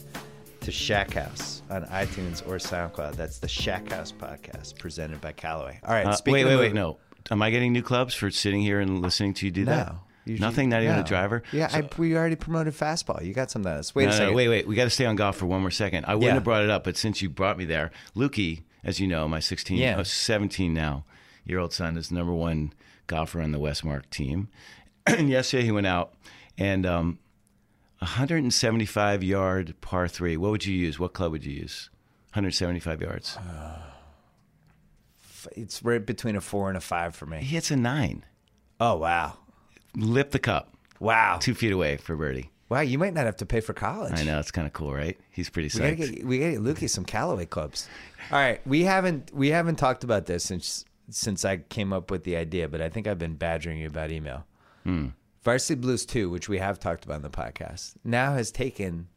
S1: to Shack House on iTunes or SoundCloud. That's the Shack House podcast presented by Callaway. All right.
S2: Uh,
S1: speaking
S2: wait,
S1: of
S2: wait,
S1: moving-
S2: wait. No. Am I getting new clubs for sitting here and listening to you do that?
S1: No. You-
S2: Nothing. Not even
S1: no.
S2: a driver.
S1: Yeah,
S2: So-
S1: I, we already promoted fastball. You got something else. Wait
S2: no,
S1: a
S2: no,
S1: second.
S2: wait, wait. We got to stay on golf for one more second. I wouldn't
S1: Yeah.
S2: have brought it up, but since you brought me there, Lukey, as you know, my 16,
S1: Yeah.
S2: oh, 17 now year old son is the number one golfer on the Westmark team. (clears throat) and yesterday he went out and um, 175 yard par three. What would you use? What club would you use? 175 yards.
S1: Uh, It's right between a four and a five for me.
S2: He hits a nine.
S1: Oh, wow.
S2: Lip the cup.
S1: Wow.
S2: Two feet away for birdie.
S1: Wow, you might not have to pay for college.
S2: I know it's kind of cool, right? He's pretty
S1: We gotta
S2: psyched.
S1: get we gotta get Lukey some Callaway clubs. All right, we haven't we haven't talked about this since since I came up with the idea, but I think I've been badgering you about email.
S2: Hmm.
S1: Varsity Blues Two, which we have talked about in the podcast, now has taken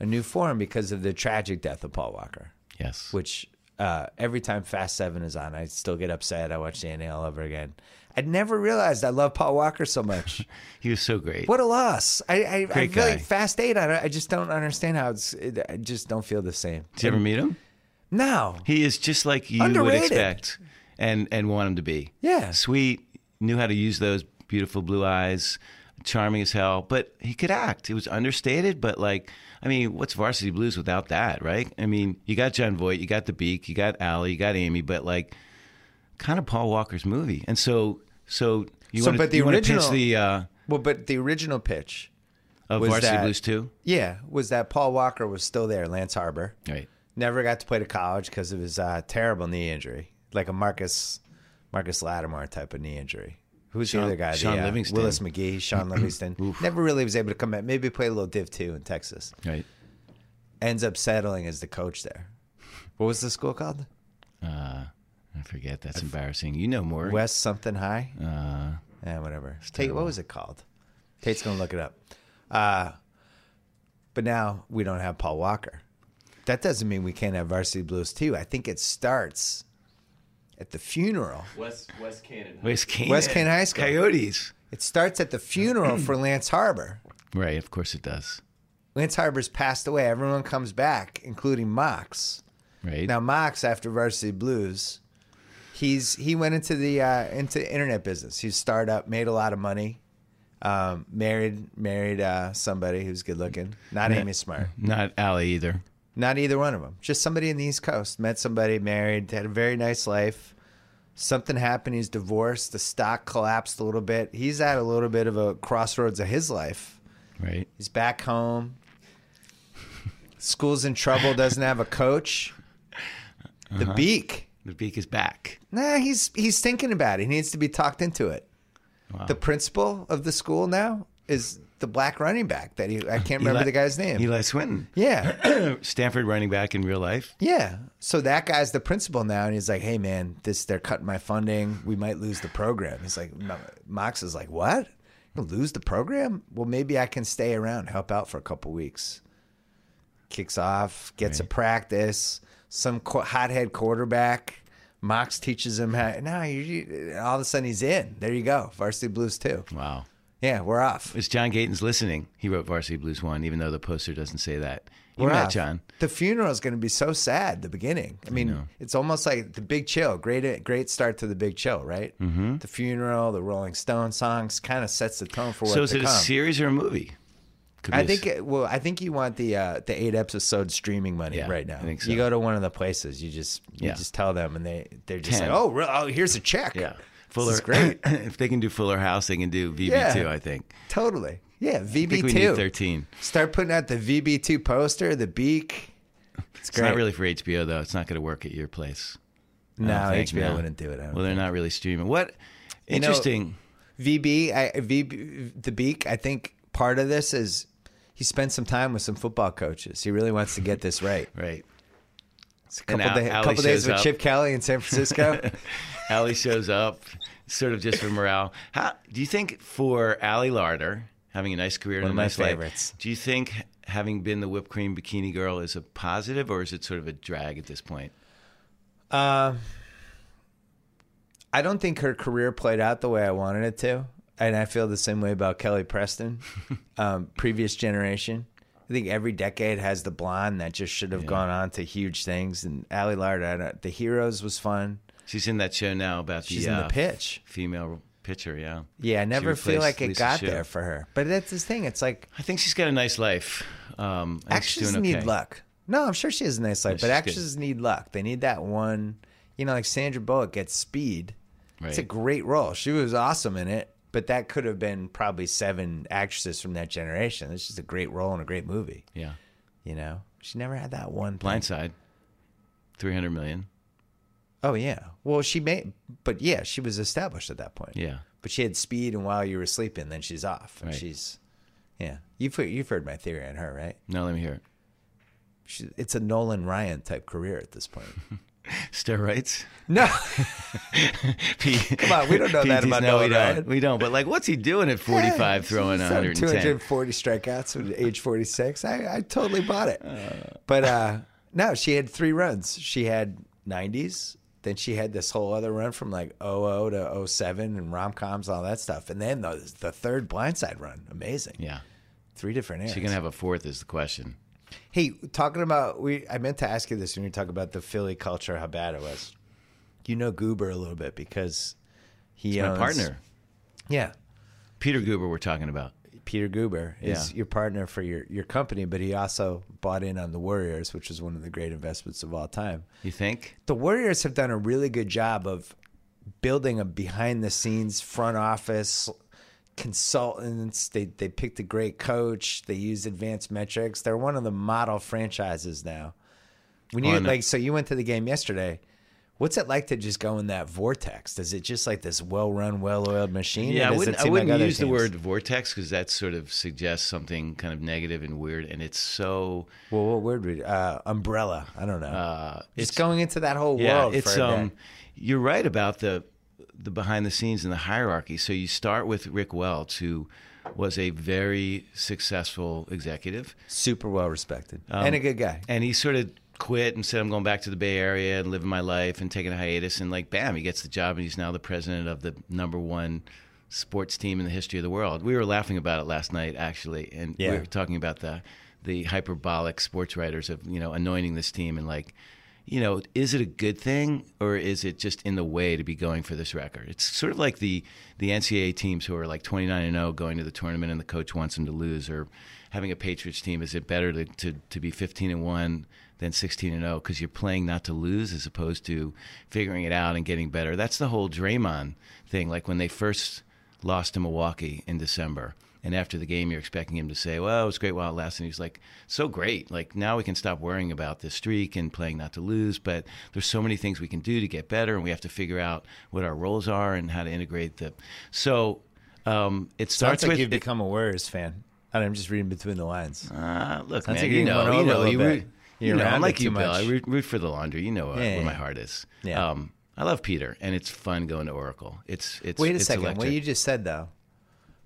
S1: a new form because of the tragic death of Paul Walker.
S2: yes.
S1: Which uh, every time Fast Seven is on, I still get upset. I watch the NA all over again. I'd never realized I love Paul Walker so much.
S2: He was so great.
S1: What a loss! I I, I
S2: Great
S1: feel
S2: guy.
S1: like Fast Eight. I, don't- I just don't understand how it's. It, I just don't feel the same.
S2: Did you ever meet him?
S1: No,
S2: He is just like you
S1: Underrated.
S2: would expect and and want him to be.
S1: Yeah.
S2: Sweet, knew how to use those beautiful blue eyes, charming as hell, but he could act. He was understated, but like I mean, what's varsity blues without that, right? I mean, you got John Voight, you got the beak, you got Allie, you got Amy, but like kind of Paul Walker's movie. And so so you
S1: So,
S2: want
S1: but the
S2: you wanna
S1: original-
S2: pitch the uh
S1: well, but the original pitch,
S2: of
S1: Was
S2: varsity
S1: that-
S2: blues too?
S1: yeah, was that Paul Walker was still there, Lance Harbor.
S2: Right.
S1: Never got to play to college because of his uh, terrible knee injury, like a Marcus Marcus Lattimore type of knee injury. Who's
S2: Sean-
S1: the other guy?
S2: Sean
S1: the, uh,
S2: Livingston.
S1: Willis McGee,
S2: (clears throat)
S1: Sean Livingston. Never really was able to come back. Maybe played a little Div two in Texas.
S2: Right.
S1: Ends up settling as the coach there. What was the school called?
S2: Uh I forget. That's embarrassing. You know more.
S1: West something high.
S2: uh,
S1: Yeah, whatever. Tate, what was it called? Tate's gonna look it up. Uh, but now we don't have Paul Walker. That doesn't mean we can't have Varsity Blues too. I think it starts at the funeral.
S4: West West Canaan.
S2: West Canaan.
S1: West Canaan High School.
S2: Coyotes.
S1: It starts at the funeral for Lance Harbor.
S2: Right, of course it does.
S1: Lance Harbor's passed away. Everyone comes back, including Mox.
S2: Right.
S1: Now Mox, after Varsity Blues, he's he went into the uh, into the internet business. He started up, made a lot of money, um, married married uh, somebody who's good looking. Not Amy Smart.
S2: Not Allie either.
S1: Not either one of them. Just somebody in the East Coast. Met somebody, married, had a very nice life. Something happened. He's divorced. The stock collapsed a little bit. He's at a little bit of a crossroads of his life.
S2: Right.
S1: He's back home. School's in trouble. Doesn't have a coach. The beak.
S2: The beak is back.
S1: Nah, he's he's thinking about it. He needs to be talked into it. The principal of the school now is the black running back that he I can't remember
S2: Eli-
S1: the guy's name.
S2: Eli Swinton.
S1: yeah. (clears throat)
S2: Stanford running back in real life.
S1: Yeah. So that guy's the principal now and he's like, "Hey man, this they're cutting my funding. We might lose the program." He's like Mo- Mox is like, "What? You'll lose the program? Well, maybe I can stay around, help out for a couple weeks." Kicks off, gets a practice, some qu- hothead quarterback Mox teaches him how. Now, you, you, all of a sudden he's in. There you go, varsity blues too.
S2: Wow.
S1: Yeah, we're off.
S2: It's John Gatons listening. He wrote Varsity Blues 1, even though the poster doesn't say that. You
S1: We're
S2: met
S1: off.
S2: John.
S1: The funeral is going to be so sad. The beginning. I mean, it's almost like the Big Chill. Great, great start to the Big Chill, right? Mm-hmm. The funeral, the Rolling Stone songs, kind of sets the tone for what
S2: So is
S1: to
S2: it a
S1: come.
S2: series or a movie? Could be
S1: I
S2: a
S1: think
S2: s-
S1: it, well, I think you want the uh, the eight episode streaming money
S2: Yeah,
S1: right now.
S2: I think so.
S1: You go to one of the places, you just you
S2: Yeah.
S1: just tell them, and they they're just
S2: Ten.
S1: like, oh, re- oh, here's a check.
S2: yeah.
S1: Fuller. This
S2: (laughs) Fuller
S1: is great.
S2: (clears throat) if they can do Fuller House, they can do VB2,
S1: Yeah.
S2: I think.
S1: totally. Yeah,
S2: I think we need
S1: VB two.
S2: 13.
S1: Start putting out the VB two poster, the beak. It's
S2: It's
S1: great.
S2: not really for HBO though. It's not going to work at your place. I
S1: no,
S2: don't think,
S1: HBO
S2: no.
S1: wouldn't do it. I don't
S2: Well, they're not really streaming. What?
S1: know-
S2: Interesting.
S1: VB, I, VB, the beak. I think part of this is he spent some time with some football coaches. He really wants to get this
S2: (laughs)
S1: right.
S2: right.
S1: It's a
S2: And
S1: couple,
S2: Al-
S1: day,
S2: Allie
S1: couple days
S2: shows
S1: with
S2: up.
S1: Chip Kelly in San
S2: (laughs)
S1: Francisco.
S2: Allie shows up, sort of just for morale. How do you think for Allie Larder having a nice career and
S1: One
S2: a
S1: of my
S2: nice life,
S1: favorites.
S2: do you think having been the whipped cream bikini girl is a positive or is it sort of a drag at this point?
S1: Um, I don't think her career played out the way I wanted it to, and I feel the same way about Kelly
S2: (laughs)
S1: Preston, um, previous generation. I think every decade has the blonde that just should have gone on to huge things. And Allie Larder, I don't- the Heroes was fun.
S2: She's in that show now about
S1: She's
S2: the,
S1: in
S2: uh,
S1: the pitch.
S2: female pitcher. Yeah.
S1: Yeah, I
S2: She
S1: never feel
S2: replaced
S1: like it
S2: Lisa
S1: got
S2: Shue.
S1: there for her. But that's this thing. It's like
S2: I think she's got a nice life. Um, I think she's
S1: actions
S2: doing
S1: need
S2: okay.
S1: luck. No, I'm sure she has a nice life,
S2: she's
S1: but
S2: good.
S1: actions need luck. They need that one, you know, like Sandra Bullock gets speed. It's a
S2: Right.
S1: great role. She was awesome in it, but that could have been probably seven actresses from that generation. It's just a great role in a great movie,
S2: Yeah.
S1: you know? She never had that one. thing.
S2: Blindside, three hundred million.
S1: Oh, yeah. Well, she made, but yeah, she was established at that point.
S2: Yeah.
S1: But she had speed, and while you were sleeping, then she's off. And
S2: Right.
S1: she's, yeah. You've, heard- you've heard my theory on her, right?
S2: Now let me hear it.
S1: she, it's a Nolan Ryan type career at this
S2: (laughs)
S1: point.
S2: Steroids.
S1: No,
S2: (laughs) P-
S1: Come on, we don't know that
S2: PTs,
S1: about
S2: no, we
S1: Nolan
S2: don't.
S1: Ryan.
S2: We don't. But like, what's he doing
S1: (laughs)
S2: at 45 throwing
S1: Some
S2: 110?
S1: 240 strikeouts at age 46. I, I totally bought it. But uh, no, she had three runs. She had 90s. Then she had this whole other run from like 00 to 07 and rom coms, all that stuff. And then the, the third blindside run. Amazing.
S2: Yeah.
S1: Three different eras.
S2: She gonna have a fourth is the question.
S1: Hey, talking about we, I meant to ask you this when you talk about the Philly culture, how bad it was. You know Goober a little bit because he
S2: My
S1: owns-
S2: partner,
S1: Yeah,
S2: Peter Goober, we're talking about.
S1: Peter Goober is
S2: Yeah.
S1: your partner for your your company, but he also bought in on the Warriors, which was one of the great investments of all time.
S2: You think?
S1: The Warriors have done a really good job of building a behind the scenes front office consultants. They they picked a great coach. They use advanced metrics. They're one of the model franchises now. When you
S2: Well, I know-
S1: like, so you went to the game yesterday. What's it like to just go in that vortex? Is it just like this well-run, well-oiled machine? or
S2: Yeah, I
S1: does it
S2: wouldn't, I
S1: seem like
S2: wouldn't
S1: other
S2: use the
S1: teams?
S2: word vortex because that sort of suggests something kind of negative and weird, and it's so
S1: Well, what word would uh, umbrella? I don't know. Uh,
S2: it's-
S1: it's going into that whole
S2: yeah.
S1: world.
S2: It's
S1: for a day.
S2: um, you're right about the the behind the scenes and the hierarchy. So you start with Rick Welch, who was a very successful executive.
S1: super well respected
S2: um,
S1: and a good guy.
S2: and he sort of quit and said i'm going back to the bay area and living my life and taking a hiatus and like bam he gets the job and he's now the president of the number one sports team in the history of the world we were laughing about it last night actually and we
S1: Yeah.
S2: were talking about the the hyperbolic sports writers of you know anointing this team and like you know is it a good thing or is it just in the way to be going for this record it's sort of like the the ncaa teams who are like 29 and 0 going to the tournament and the coach wants them to lose or having a patriots team is it better to, to, to be 15 and 1 than 16 and 0 because you're playing not to lose as opposed to figuring it out and getting better that's the whole draymond thing like when they first lost to Milwaukee in December. And after the game, you're expecting him to say, "Well, it was great while it lasted." And he's like, "So great! Like now we can stop worrying about this streak and playing not to lose. But there's so many things we can do to get better, and we have to figure out what our roles are and how to integrate the." So um, it starts
S1: Sounds like
S2: with
S1: you've
S2: it-
S1: become a Warriors fan. And I'm just reading between the lines.
S2: uh, look, man,
S1: like
S2: you
S1: you
S2: know,
S1: went
S2: you
S1: over a
S2: know,
S1: little
S2: you,
S1: bit.
S2: root,
S1: You
S2: you know,
S1: rounded
S2: I'm like
S1: too
S2: you, Bill.
S1: much.
S2: I root, root for the laundry. You know uh,
S1: Yeah,
S2: where my
S1: yeah.
S2: heart is.
S1: Yeah.
S2: Um, I love Peter, and it's fun going to Oracle. It's it's
S1: Wait a
S2: it's
S1: second. What
S2: electric.
S1: you just said, though.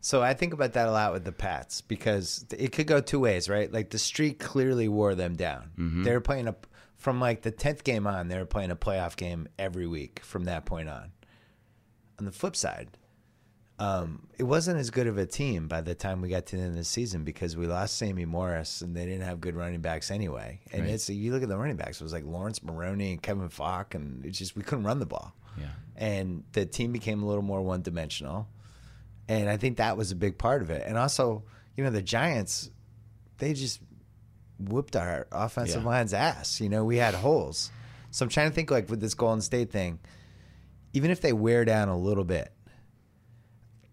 S1: So I think about that a lot with the Pats because it could go two ways, right? Like the streak clearly wore them down.
S2: Mm-hmm.
S1: They were playing a from like the tenth game on. They were playing a playoff game every week from that point on. On the flip side, um, it wasn't as good of a team by the time we got to the end of the season because we lost Sammy Morris and they didn't have good running backs anyway. And
S2: Right.
S1: it's you look at the running backs, it was like Lawrence Maroney and Kevin Falk, and it's just we couldn't run the ball.
S2: Yeah.
S1: And the team became a little more one dimensional. And I think that was a big part of it. And also, you know, the Giants, they just whooped our offensive
S2: Yeah.
S1: line's ass. You know, we had holes. So I'm trying to think like with this Golden State thing, even if they wear down a little bit,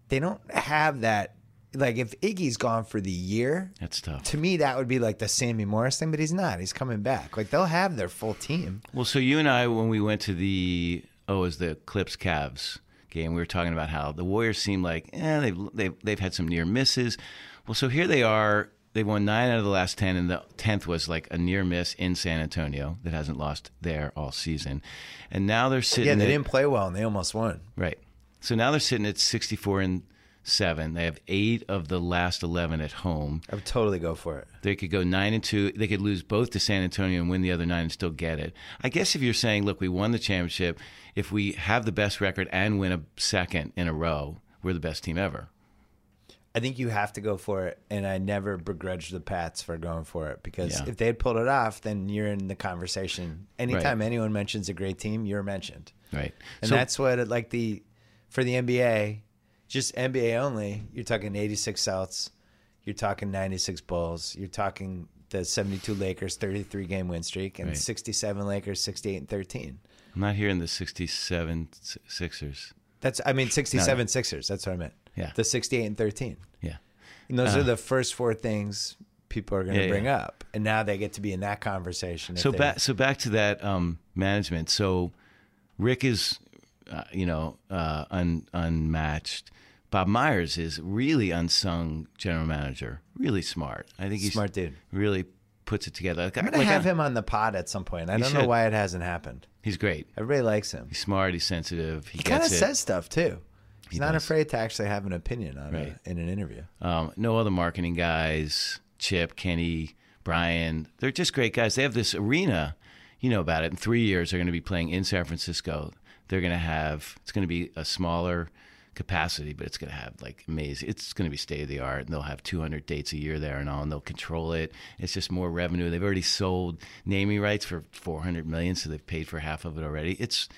S1: they don't have that. Like if Iggy's gone for the year,
S2: That's tough.
S1: to me that would be like the Sammy Morris thing, but he's not. He's coming back. Like they'll have their full team.
S2: Well, so you and I, when we went to the oh, it was the Clips Cavs game, we were talking about how the Warriors seem like eh, they've they've they've had some near misses. Well, so here they are. They won nine out of the last ten, and the tenth was like a near miss in San Antonio that hasn't lost there all season, and now they're sitting.
S1: Yeah, they
S2: at-
S1: didn't play well and they almost won.
S2: Right. So now they're sitting at sixty-four and seven. They have eight of the last eleven at home.
S1: I would totally go for it.
S2: They could go nine and two. They could lose both to San Antonio and win the other nine and still get it. I guess if you're saying, look, we won the championship, if we have the best record and win a second in a row, we're the best team ever.
S1: I think you have to go for it, and I never begrudge the Pats for going for it because
S2: Yeah.
S1: if they had pulled it off, then you're in the conversation. Anytime anyone mentions a great team, you're mentioned,
S2: Right.
S1: and
S2: so,
S1: that's what it, like the for the NBA, just NBA only. You're talking 86 Celtics, you're talking 96 Bulls, you're talking the 72 Lakers 33 game win streak, and
S2: Right.
S1: 67 Lakers 68 and 13.
S2: I'm not hearing the 67 S- Sixers.
S1: That's I mean 67 Sixers. That's what I meant.
S2: Yeah.
S1: the 68 and 13.
S2: Yeah.
S1: And those are the first four things people are going to
S2: Uh-huh. Yeah,
S1: bring
S2: yeah.
S1: up, and now they get to be in that conversation. if
S2: So
S1: they-
S2: back so back to that um, management. So Rick is, uh, you know, uh, un- unmatched. Bob Myers is really unsung general manager. Really smart. I think he's
S1: Smart dude.
S2: Really puts it together. Like, uh,
S1: I'm going to have him on the pod at some point. I don't know
S2: should.
S1: why it hasn't happened.
S2: He's great.
S1: Everybody likes him.
S2: He's smart. He's sensitive. He,
S1: He kind
S2: gets
S1: of
S2: it.
S1: says stuff too. He's not
S2: does.
S1: afraid to actually have an opinion on
S2: Right.
S1: it in an interview.
S2: Um, no other marketing guys. Chip, Kenny, Brian. They're just great guys. They have this arena. You know about it. In three years, they're going to be playing in San Francisco. They're going to have. It's going to be a smaller capacity, but it's going to have like amazing. It's going to be state of the art, and they'll have 200 dates a year there and all, and they'll control it. It's just more revenue. They've already sold naming rights for 400 million, so they've paid for half of it already. It's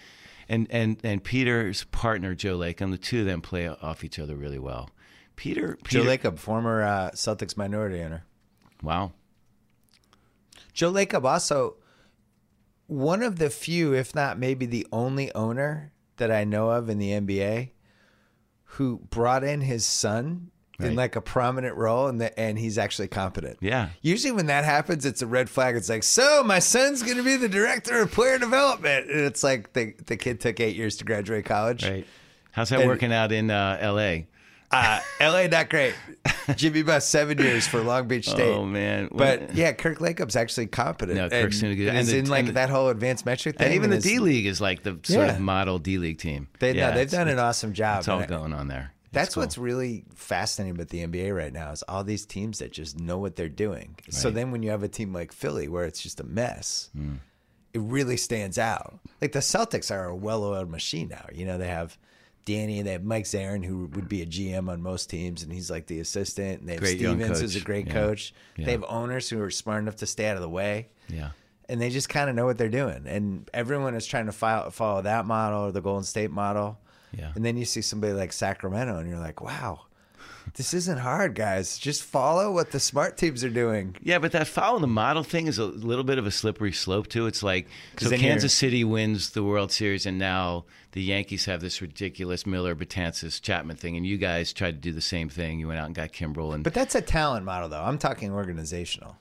S2: and and and Peter's partner Joe Lakem. The two of them play off each other really well. Peter, Peter
S1: Joe Lacob, former uh, Celtics minority owner.
S2: Wow.
S1: Joe Lacob also one of the few, if not maybe the only owner that I know of in the NBA who brought in his son in
S2: Right.
S1: like a prominent role and the, and he's actually competent.
S2: Yeah.
S1: Usually when that happens, it's a red flag. It's like, so my son's going to be the director of player development. And it's like the, the kid took eight years to graduate college.
S2: How's that
S1: And-
S2: working out in uh, L.A.?
S1: Uh, LA, not
S2: (laughs)
S1: great. Jimmy Bus, seven years for Long Beach State.
S2: Oh man. When-
S1: But yeah, Kirk Lacob's actually competent.
S2: No,
S1: and
S2: Kirk's doing
S1: Is
S2: good. And the-
S1: in like
S2: and the-
S1: that whole advanced metric thing.
S2: and even the
S1: is-
S2: D League is like the sort
S1: Yeah.
S2: of model D League team.
S1: They,
S2: Yeah,
S1: no, they've
S2: it's-
S1: done an
S2: it's-
S1: awesome job.
S2: It's all
S1: and I-
S2: going on there. It's
S1: That's
S2: cool.
S1: what's really fascinating about the NBA right now is all these teams that just know what they're doing. So
S2: Right. Hmm.
S1: then when you have a team like Philly where it's just a mess, it really stands out. Like the Celtics are a well-oiled machine now. You know, they have Danny, they have Mike Zarin, who would be a GM on most teams, and he's like the assistant. And they have
S2: Great young
S1: Stevens, who's a
S2: coach.
S1: great
S2: Yeah.
S1: coach.
S2: Yeah.
S1: They have owners who are smart enough to stay out of the way
S2: Yeah.
S1: and they just kind of know what they're doing. And everyone is trying to file, follow that model or the Golden State model.
S2: Yeah.
S1: And then you see somebody like Sacramento, and you're like, wow, this isn't hard, guys. Just follow what the smart teams are doing.
S2: Yeah, but that follow the model thing is a little bit of a slippery slope too. It's like
S1: 'Cause
S2: so
S1: then you're-
S2: Kansas City wins the World Series, and now the Yankees have this ridiculous Miller, Betances, Chapman thing, and you guys tried to do the same thing. You went out and got Kimbrel, and
S1: But that's a talent model, though. I'm talking organizational.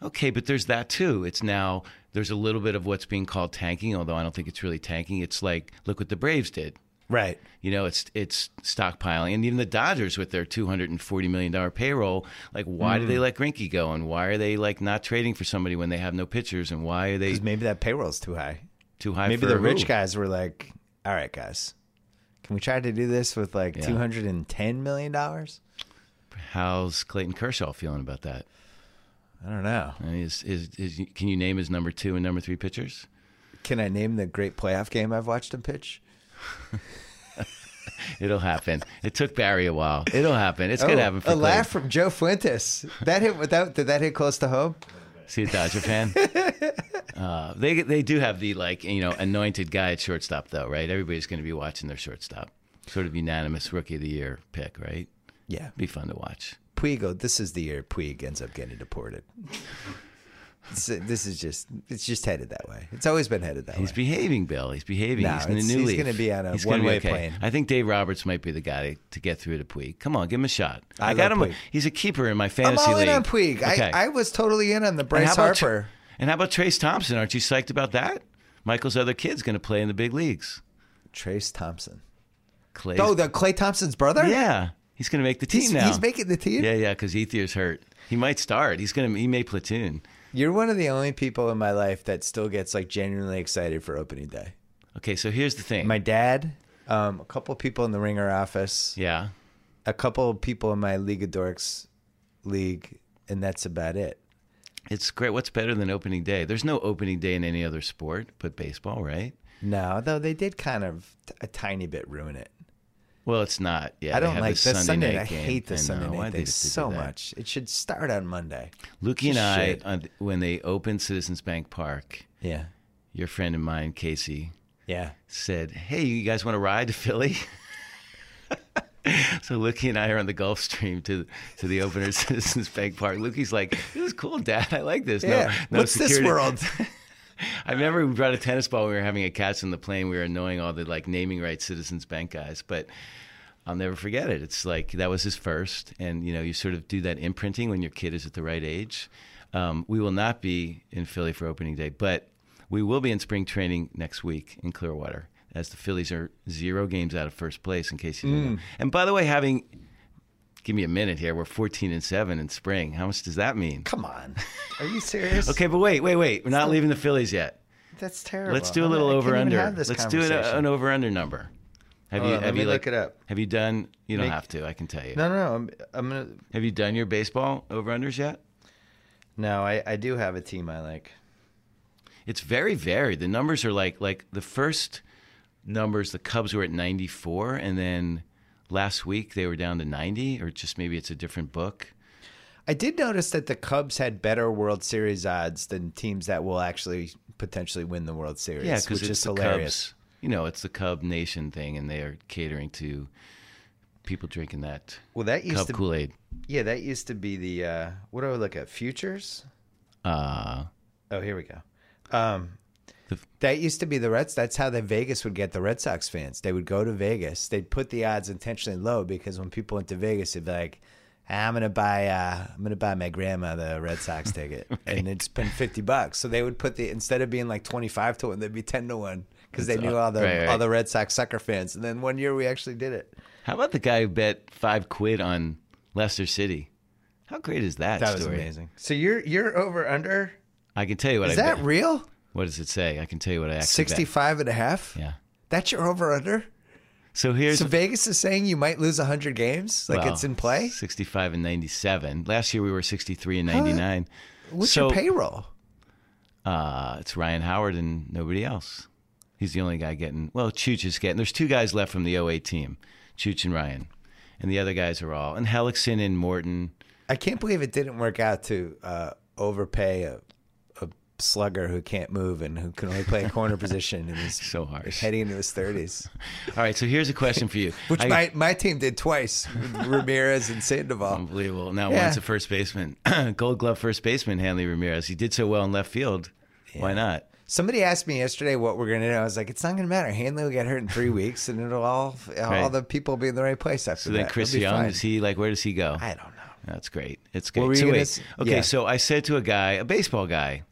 S2: Okay, but there's that too. It's now there's a little bit of what's being called tanking, although I don't think it's really tanking. It's like look what the Braves did.
S1: Right.
S2: You know, it's it's stockpiling, and even the Dodgers with their two hundred and forty million dollar payroll. Like, why
S1: Mm.
S2: do they let Grinky go, and why are they like not trading for somebody when they have no pitchers, and why are they
S1: Because maybe that payroll's too high.
S2: too high?
S1: Maybe
S2: for
S1: the rich
S2: who?
S1: guys were like, all right, guys, can we try to do this with like $210 million? I
S2: How's Clayton Kershaw feeling about that?
S1: don't know.
S2: I mean, is, is, is can you name his number two and number three pitchers?
S1: Can I name the great playoff game I've watched him pitch?
S2: It'll happen. It took Barry a while. It'll happen. It's gonna
S1: Oh,
S2: happen for
S1: a
S2: Clay.
S1: laugh from Joe Fuentes. That hit without did that hit close to home?
S2: See a
S1: (laughs)
S2: Dodger fan. uh, they they do have the like you know anointed guy at shortstop though, right? Everybody's going to be watching their shortstop. Sort of unanimous rookie of the year pick, right?
S1: Yeah.
S2: Be fun to watch.
S1: Puigo, this is the year Puig ends up getting deported. It's- this is just it's just headed that way. It's always been headed that
S2: He's
S1: way.
S2: behaving, Bill. He's behaving.
S1: No,
S2: he's in the
S1: it's-
S2: new
S1: he's
S2: league.
S1: gonna be on a
S2: He's gonna be
S1: one-way
S2: okay.
S1: plane.
S2: I think Dave Roberts might be the guy to, to get through to Puig. Come on, give him a shot.
S1: I
S2: got
S1: love
S2: him.
S1: Puig.
S2: a- he's a keeper in my
S1: I'm
S2: fantasy
S1: all
S2: league.
S1: in on Puig.
S2: Okay.
S1: I, I was totally in on the
S2: And
S1: Bryce
S2: how about-
S1: Harper.
S2: and how about Trace Thompson? Aren't you psyched about that? Michael's other kid's going to play in the big leagues.
S1: Trace Thompson.
S2: Clay.
S1: Oh, the Clay Thompson's brother?
S2: yeah, he's going to make the team
S1: He's,
S2: now.
S1: he's making the team.
S2: Yeah, yeah, because Ethier's hurt. He might start. He's gonna. He may platoon.
S1: You're one of the only people in my life that still gets like genuinely excited for opening day.
S2: Okay, so here's the thing.
S1: My dad, um, a couple people in the ringer office,
S2: yeah,
S1: a couple people in my League of Dorks league, and that's about it.
S2: it's great. What's better than opening day? There's no opening day in any other sport but baseball, right?
S1: No, though they did kind of t- a tiny bit ruin it.
S2: Well, it's not. Yeah,
S1: I
S2: they
S1: don't
S2: have
S1: like
S2: this
S1: the
S2: Sunday,
S1: Sunday.
S2: night
S1: I
S2: game.
S1: hate the
S2: I know.
S1: Sunday
S2: Why'd
S1: night
S2: they
S1: thing
S2: just do
S1: so
S2: that?
S1: much. It should start on Monday.
S2: Lukey and I,
S1: Shit.
S2: on, when they opened Citizens Bank Park,
S1: Yeah,
S2: your friend and mine, Casey,
S1: yeah.
S2: said, "Hey, you guys want to ride to Philly?" (laughs) so Lukey and I are on the Gulf Stream to to the opener (laughs) at Citizens Bank Park. Lukey's like, "This is cool, Dad. I like this."
S1: Yeah.
S2: No, no
S1: What's this
S2: security. (laughs)
S1: world?
S2: I remember we brought a tennis ball. We were having a catch on the plane. We were annoying all the like naming rights Citizens Bank guys, but I'll never forget it. It's like that was his first, and you know you sort of do that imprinting when your kid is at the right age. Um, we will not be in Philly for opening day, but we will be in spring training next week in Clearwater, as the Phillies are zero games out of first place. In case you didn't know. And by the way, having give me a minute here, we're fourteen and seven in spring. How much does that mean?
S1: Come on, are you serious?
S2: Okay, but wait, wait, wait. We're not leaving the Phillies yet.
S1: that's terrible.
S2: Let's do a
S1: I'm not-
S2: little
S1: I can't
S2: over
S1: even
S2: under.
S1: have this
S2: Let's do an,
S1: conversation.
S2: an over under number. Have
S1: Hold
S2: you
S1: on,
S2: have
S1: let
S2: you
S1: me
S2: like,
S1: look it up.
S2: Have you done? You don't
S1: Make-
S2: have to. I can tell you.
S1: No, no, no. I'm, I'm gonna.
S2: Have you done your baseball over unders yet?
S1: No, I, I do have a team I like.
S2: It's very varied. The numbers are like like the first numbers. The Cubs were at ninety four, and then last week they were down to ninety, or just maybe it's a different book.
S1: I did notice that the Cubs had better World Series odds than teams that will actually potentially win the World Series.
S2: Yeah, because
S1: which
S2: it's
S1: is
S2: the
S1: hilarious.
S2: Cubs. You know, it's the Cub Nation thing, and they are catering to people drinking that
S1: Well, that used
S2: Cub
S1: to
S2: Kool Aid.
S1: yeah, that used to be the uh, what do I look at futures?
S2: Uh,
S1: Oh, here we go. Um,
S2: The-
S1: that used to be the Reds. That's how the Vegas would get the Red Sox fans. They would go to Vegas. They'd put the odds intentionally low because when people went to Vegas, they'd be like, "Ah, "I'm gonna buy, uh, I'm gonna buy my grandma the Red
S2: (laughs)
S1: Sox ticket," and it's been fifty bucks. So they would put the instead of being like twenty five to one, they'd be ten to one because they
S2: That's
S1: knew
S2: aw-
S1: all the
S2: right, right.
S1: all the Red Sox sucker fans. And then one year we actually did it.
S2: How about the guy who bet five quid on Leicester City? How great is that?
S1: That was
S2: story?
S1: amazing. So you're you're over under.
S2: I can tell you what
S1: Is
S2: I
S1: that
S2: bet.
S1: real?
S2: what does it say? I can tell you what I actually
S1: 65 and a half?
S2: bet. Yeah.
S1: That's your over under?
S2: So here's
S1: So Vegas is saying you might lose 100 games? Like
S2: well,
S1: it's in play?
S2: 65 and 97. Last year we were 63 and 99.
S1: What's
S2: so
S1: your payroll?
S2: uh, it's Ryan Howard and nobody else. He's the only guy getting. Well, Chooch is getting. There's two guys left from the 08 team, Chooch and Ryan, and the other guys are all and Hellickson and Morton.
S1: I can't believe it didn't work out to uh, overpay a, a slugger who can't move and who can only play a
S2: (laughs)
S1: corner position and is
S2: So harsh.
S1: heading into his
S2: (laughs)
S1: 30s.
S2: All right, so here's a question for you.
S1: (laughs) Which
S2: I-
S1: my, my team did twice (laughs) with Ramirez and Sandoval.
S2: Unbelievable. Now,
S1: Yeah.
S2: once a first baseman, (clears throat) gold glove first baseman, Hanley Ramirez. He did so well in left field. Why not?
S1: Somebody asked me yesterday what we're going to do. I was like, it's not going to matter. Hanley will get hurt in
S2: (laughs)
S1: three weeks and it'll all, all
S2: Right.
S1: the people will be in the right place after
S2: So
S1: that.
S2: then Chris
S1: It'll be
S2: Young,
S1: fine.
S2: is he like, where does he go?
S1: I don't know.
S2: That's great. It's great.
S1: were you
S2: so,
S1: gonna
S2: wait.
S1: s-
S2: okay,
S1: yeah.
S2: so I said to a guy, a baseball guy,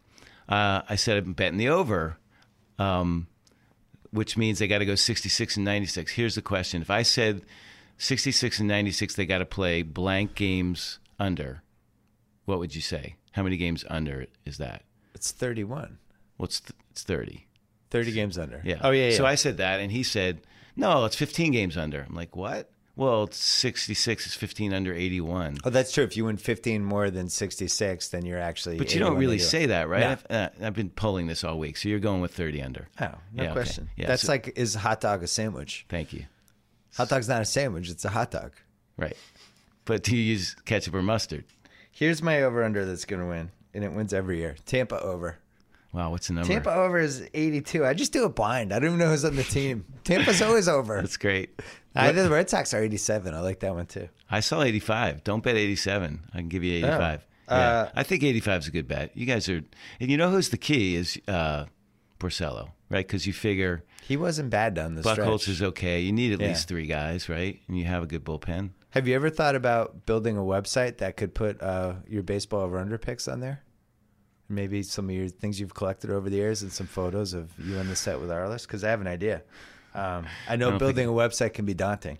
S2: uh, I said, I'm betting the over, um, which means they got to go 66 and 96. Here's the question if I said 66 and 96, they got to play blank games under, what would you say? How many games under is that?
S1: It's 31.
S2: What's th- it's 30.
S1: 30 games under.
S2: Yeah.
S1: Oh, yeah, yeah.
S2: So I said that, and he said, "No, it's 15 games under." I'm like, "What?" Well, it's 66 is 15 under 81.
S1: oh, that's true. If you win 15 more than 66, then you're actually.
S2: But you don't
S1: 81
S2: really
S1: under.
S2: say that, right?
S1: No.
S2: I've, uh, I've been pulling this all week, so you're going with 30 under.
S1: Oh, no
S2: Yeah, okay.
S1: question.
S2: Yeah,
S1: that's
S2: so-
S1: like, is a hot dog a sandwich?
S2: Thank you.
S1: Hot dog's not a sandwich, it's a hot dog.
S2: Right. But do you use ketchup or mustard?
S1: Here's my over under that's going to win, and it wins every year Tampa over.
S2: Wow, what's the number?
S1: Tampa over is 82. I just do it blind. I don't even know who's on the team. Tampa's always over.
S2: (laughs) That's great.
S1: I, the Red Sox are 87. I like that one too.
S2: I saw 85. Don't bet 87. I can give you 85.
S1: Oh,
S2: yeah.
S1: uh,
S2: I think 85 is a good bet. You guys are, and you know who's the key is uh, Porcello, right? Because you figure
S1: He wasn't bad down the stretch.
S2: Buckholz is okay. You need at
S1: Yeah.
S2: least three guys, right? And you have a good bullpen.
S1: Have you ever thought about building a website that could put uh, your baseball over under picks on there? Maybe some of your things you've collected over the years and some photos of you on the set with Arliss? Because I have an idea. Um, I know
S2: don't
S1: building a website can be daunting.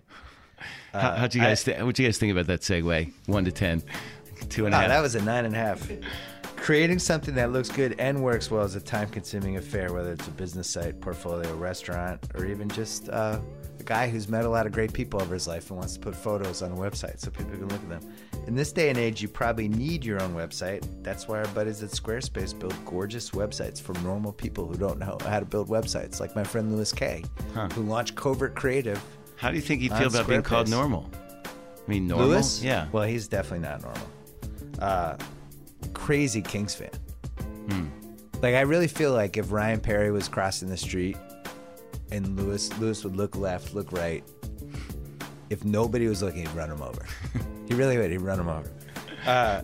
S1: Uh,
S2: How, how'd you guys? thi- what'd you guys think about that segue? One to ten, two and a
S1: Oh,
S2: half.
S1: that was a nine and a half. Creating something that looks good and works well is a time consuming affair, whether it's a business site, portfolio, restaurant, or even just uh, a guy who's met a lot of great people over his life and wants to put photos on a website so people can look at them. In this day and age, you probably need your own website. That's why our buddies at Squarespace build gorgeous websites for normal people who don't know how to build websites, like my friend Louis Kay, who launched Covert Creative.
S2: How do you think he'd
S1: On
S2: feel about being called
S1: Squareface.
S2: normal? I mean, normal.
S1: Lewis?
S2: Yeah.
S1: Well, he's definitely not normal. Uh, crazy Kings fan.
S2: Hmm.
S1: Like I really feel like if Ryan Perry was crossing the street and Lewis Lewis would look left, look right. If nobody was looking, he'd run him
S2: (laughs)
S1: over. he really would. He'd run him over. Uh,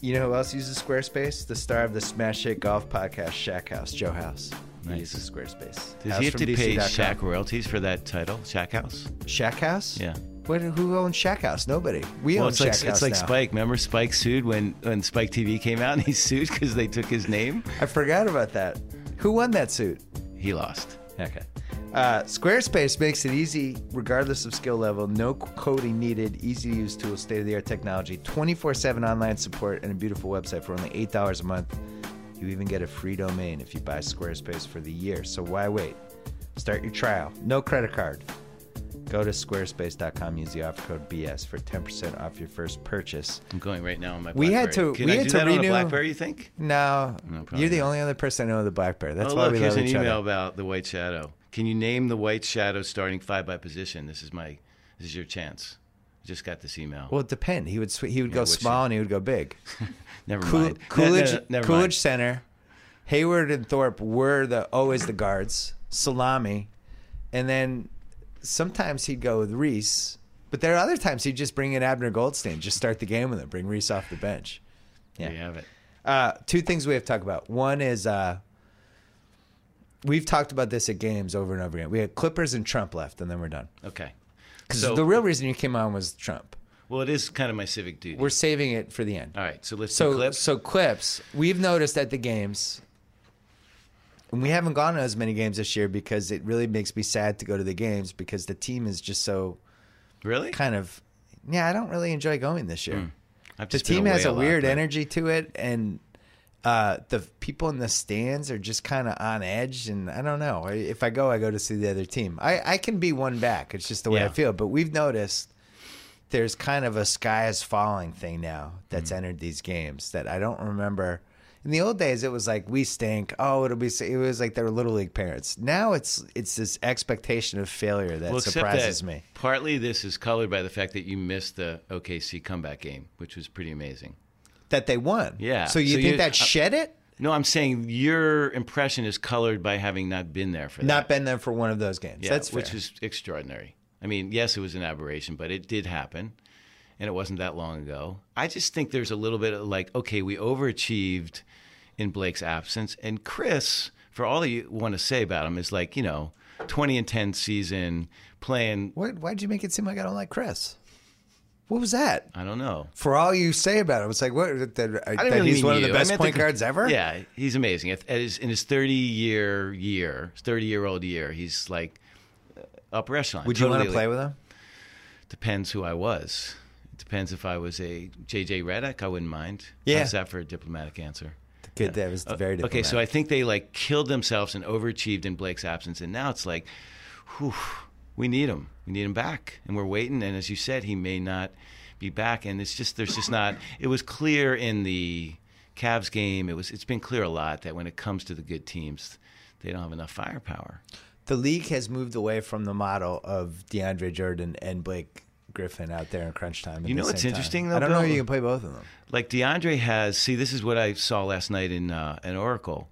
S1: you know who else uses Squarespace? The star of the Smash Hit Golf podcast, Shack House, Joe House. He
S2: Nice.
S1: uses Squarespace.
S2: Does
S1: House
S2: he have
S1: from
S2: to pay
S1: DC.com.
S2: Shaq royalties for that title, Shaq House?
S1: Shack House?
S2: Yeah.
S1: What, who owns Shack House? Nobody. We
S2: Well,
S1: own
S2: it's
S1: Shack
S2: like
S1: House
S2: it's like
S1: now.
S2: Spike. Remember Spike sued when when Spike TV came out and he (laughs) sued because they took his name.
S1: I forgot about that. Who won that suit?
S2: He lost.
S1: Okay. Uh, Squarespace makes it easy, regardless of skill level. No c- coding needed. Easy to use tools, state of the art technology, 24 7 online support, and a beautiful website for only $8 a month. You even get a free domain if you buy Squarespace for the year. So why wait? Start your trial. No credit card. Go to squarespace.com. Use the offer code BS for 10% off your first purchase.
S2: I'm going right now on my.
S1: We had
S2: BlackBerry.
S1: to-
S2: Can
S1: we
S2: I
S1: had
S2: do
S1: to
S2: that on a
S1: renew-
S2: BlackBerry. You think?
S1: No,
S2: probably
S1: you're the
S2: not.
S1: only other person I know with a black bear. That's
S2: oh,
S1: why
S2: look,
S1: we
S2: here's
S1: love
S2: an
S1: each
S2: email
S1: other.
S2: about the white shadow. Can you name the white shadow starting five by position? This is my. This is your chance. I just got this email.
S1: Well, it depend. He would sw- he would go
S2: which-
S1: small and he would go big.
S2: never
S1: Cool,
S2: mind. No, no,
S1: Coolidge,
S2: no, never
S1: Coolidge
S2: mind.
S1: Center, Hayward and Thorpe were the always the guards. Salami, and then sometimes he'd go with Reese, but there are other times he'd just bring in Abner Goldstein, just start the game with him, bring Reese off the bench.
S2: There you have it.
S1: Uh, two things we have to talk about. One is uh, we've talked about this at games over and over again. We had Clippers and Trump left, and then we're done.
S2: Okay.
S1: Because
S2: So-
S1: the real reason you came on was Trump.
S2: Well, it is kind of my civic duty.
S1: We're saving it for the end.
S2: All right, so let's
S1: So
S2: do clips.
S1: so clips. We've noticed at the games, and we haven't gone to as many games this year because it really makes me sad to go to the games because the team is just so
S2: really?
S1: kind of. Yeah, I don't really enjoy going this year.
S2: I've
S1: The
S2: just been
S1: team has
S2: away
S1: a
S2: lot,
S1: weird
S2: but-
S1: energy to it, and uh, the people in the stands are just kind of on edge. And I don't know. I- If I go, I go to see the other team. I, I can be one back. It's just the way I
S2: Yeah.
S1: feel. But we've noticed there's kind of a sky is falling thing now that's
S2: Hmm.
S1: entered these games that I don't remember. In the old days, it was like we stink. Oh, it'll be. It was like they were little league parents. Now it's it's this expectation of failure that
S2: Well, except
S1: surprises
S2: that
S1: me.
S2: Partly this is colored by the fact that you missed the OKC comeback game, which was pretty amazing.
S1: That they won.
S2: Yeah.
S1: So you
S2: So
S1: think
S2: you- uh,
S1: that shed it?
S2: No, I'm saying your impression is colored by having not been there for
S1: Not
S2: that.
S1: been there for one of those games.
S2: Yeah,
S1: That's fair.
S2: which is extraordinary. I mean, yes, it was an aberration, but it did happen, and it wasn't that long ago. I just think there's a little bit of like, okay, we overachieved in Blake's absence, and Chris, for all you want to say about him, is like, you know, 20 and 10 season playing.
S1: What, why'd you make it seem like I don't like Chris? What was that?
S2: I don't know.
S1: For all you say about it, it's like what that, that
S2: I didn't really
S1: he's
S2: mean
S1: one of
S2: you.
S1: the
S2: I
S1: best
S2: meant
S1: point
S2: the-
S1: guards ever.
S2: Yeah, he's amazing. At, at his, in his 30 year year, 30 year old year, he's like uh, upper echelon.
S1: Would you want
S2: Totally
S1: to play with him?
S2: Depends who I was. It depends if I was a JJ Redick, I wouldn't mind.
S1: Yeah.
S2: How's that for a diplomatic answer?
S1: Good, that was very different.
S2: Uh, Okay, so I think they like killed themselves and overachieved in Blake's absence, and now it's like, whew, we need him. We need him back, and we're waiting. And as you said, he may not be back, and it's just there's just not. It was clear in the Cavs game. It was it's been clear a lot that when it comes to the good teams, they don't have enough firepower.
S1: the league has moved away from the model of DeAndre Jordan and Blake Griffin out there in crunch time. at the
S2: You know what's
S1: same time.
S2: interesting, though,
S1: I don't know
S2: Bill?
S1: if you can play both of them.
S2: like DeAndre has. See, this is what I saw last night in uh, in Oracle.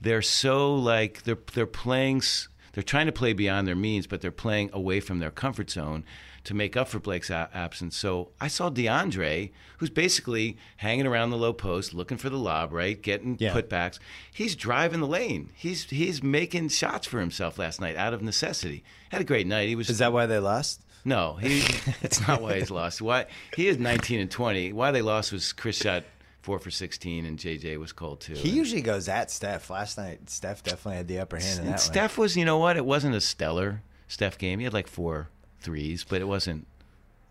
S2: They're so like they're they're playing. s- They're trying to play beyond their means, but they're playing away from their comfort zone to make up for Blake's a- absence. So I saw DeAndre, who's basically hanging around the low post, looking for the lob, right, getting
S1: Yeah.
S2: putbacks. He's driving the lane. He's he's making shots for himself last night out of necessity. Had a great night. He was
S1: Is that why they lost?
S2: no,
S1: (laughs)
S2: he, it's not why he's lost. Why he is 19 and 20. Why they lost was Chris shot four for 16 and JJ was cold too.
S1: He usually goes at Steph. Last night, Steph definitely had the upper hand in
S2: and
S1: that one.
S2: Steph was, you know what? It wasn't a stellar Steph game. He had like four threes, but it wasn't.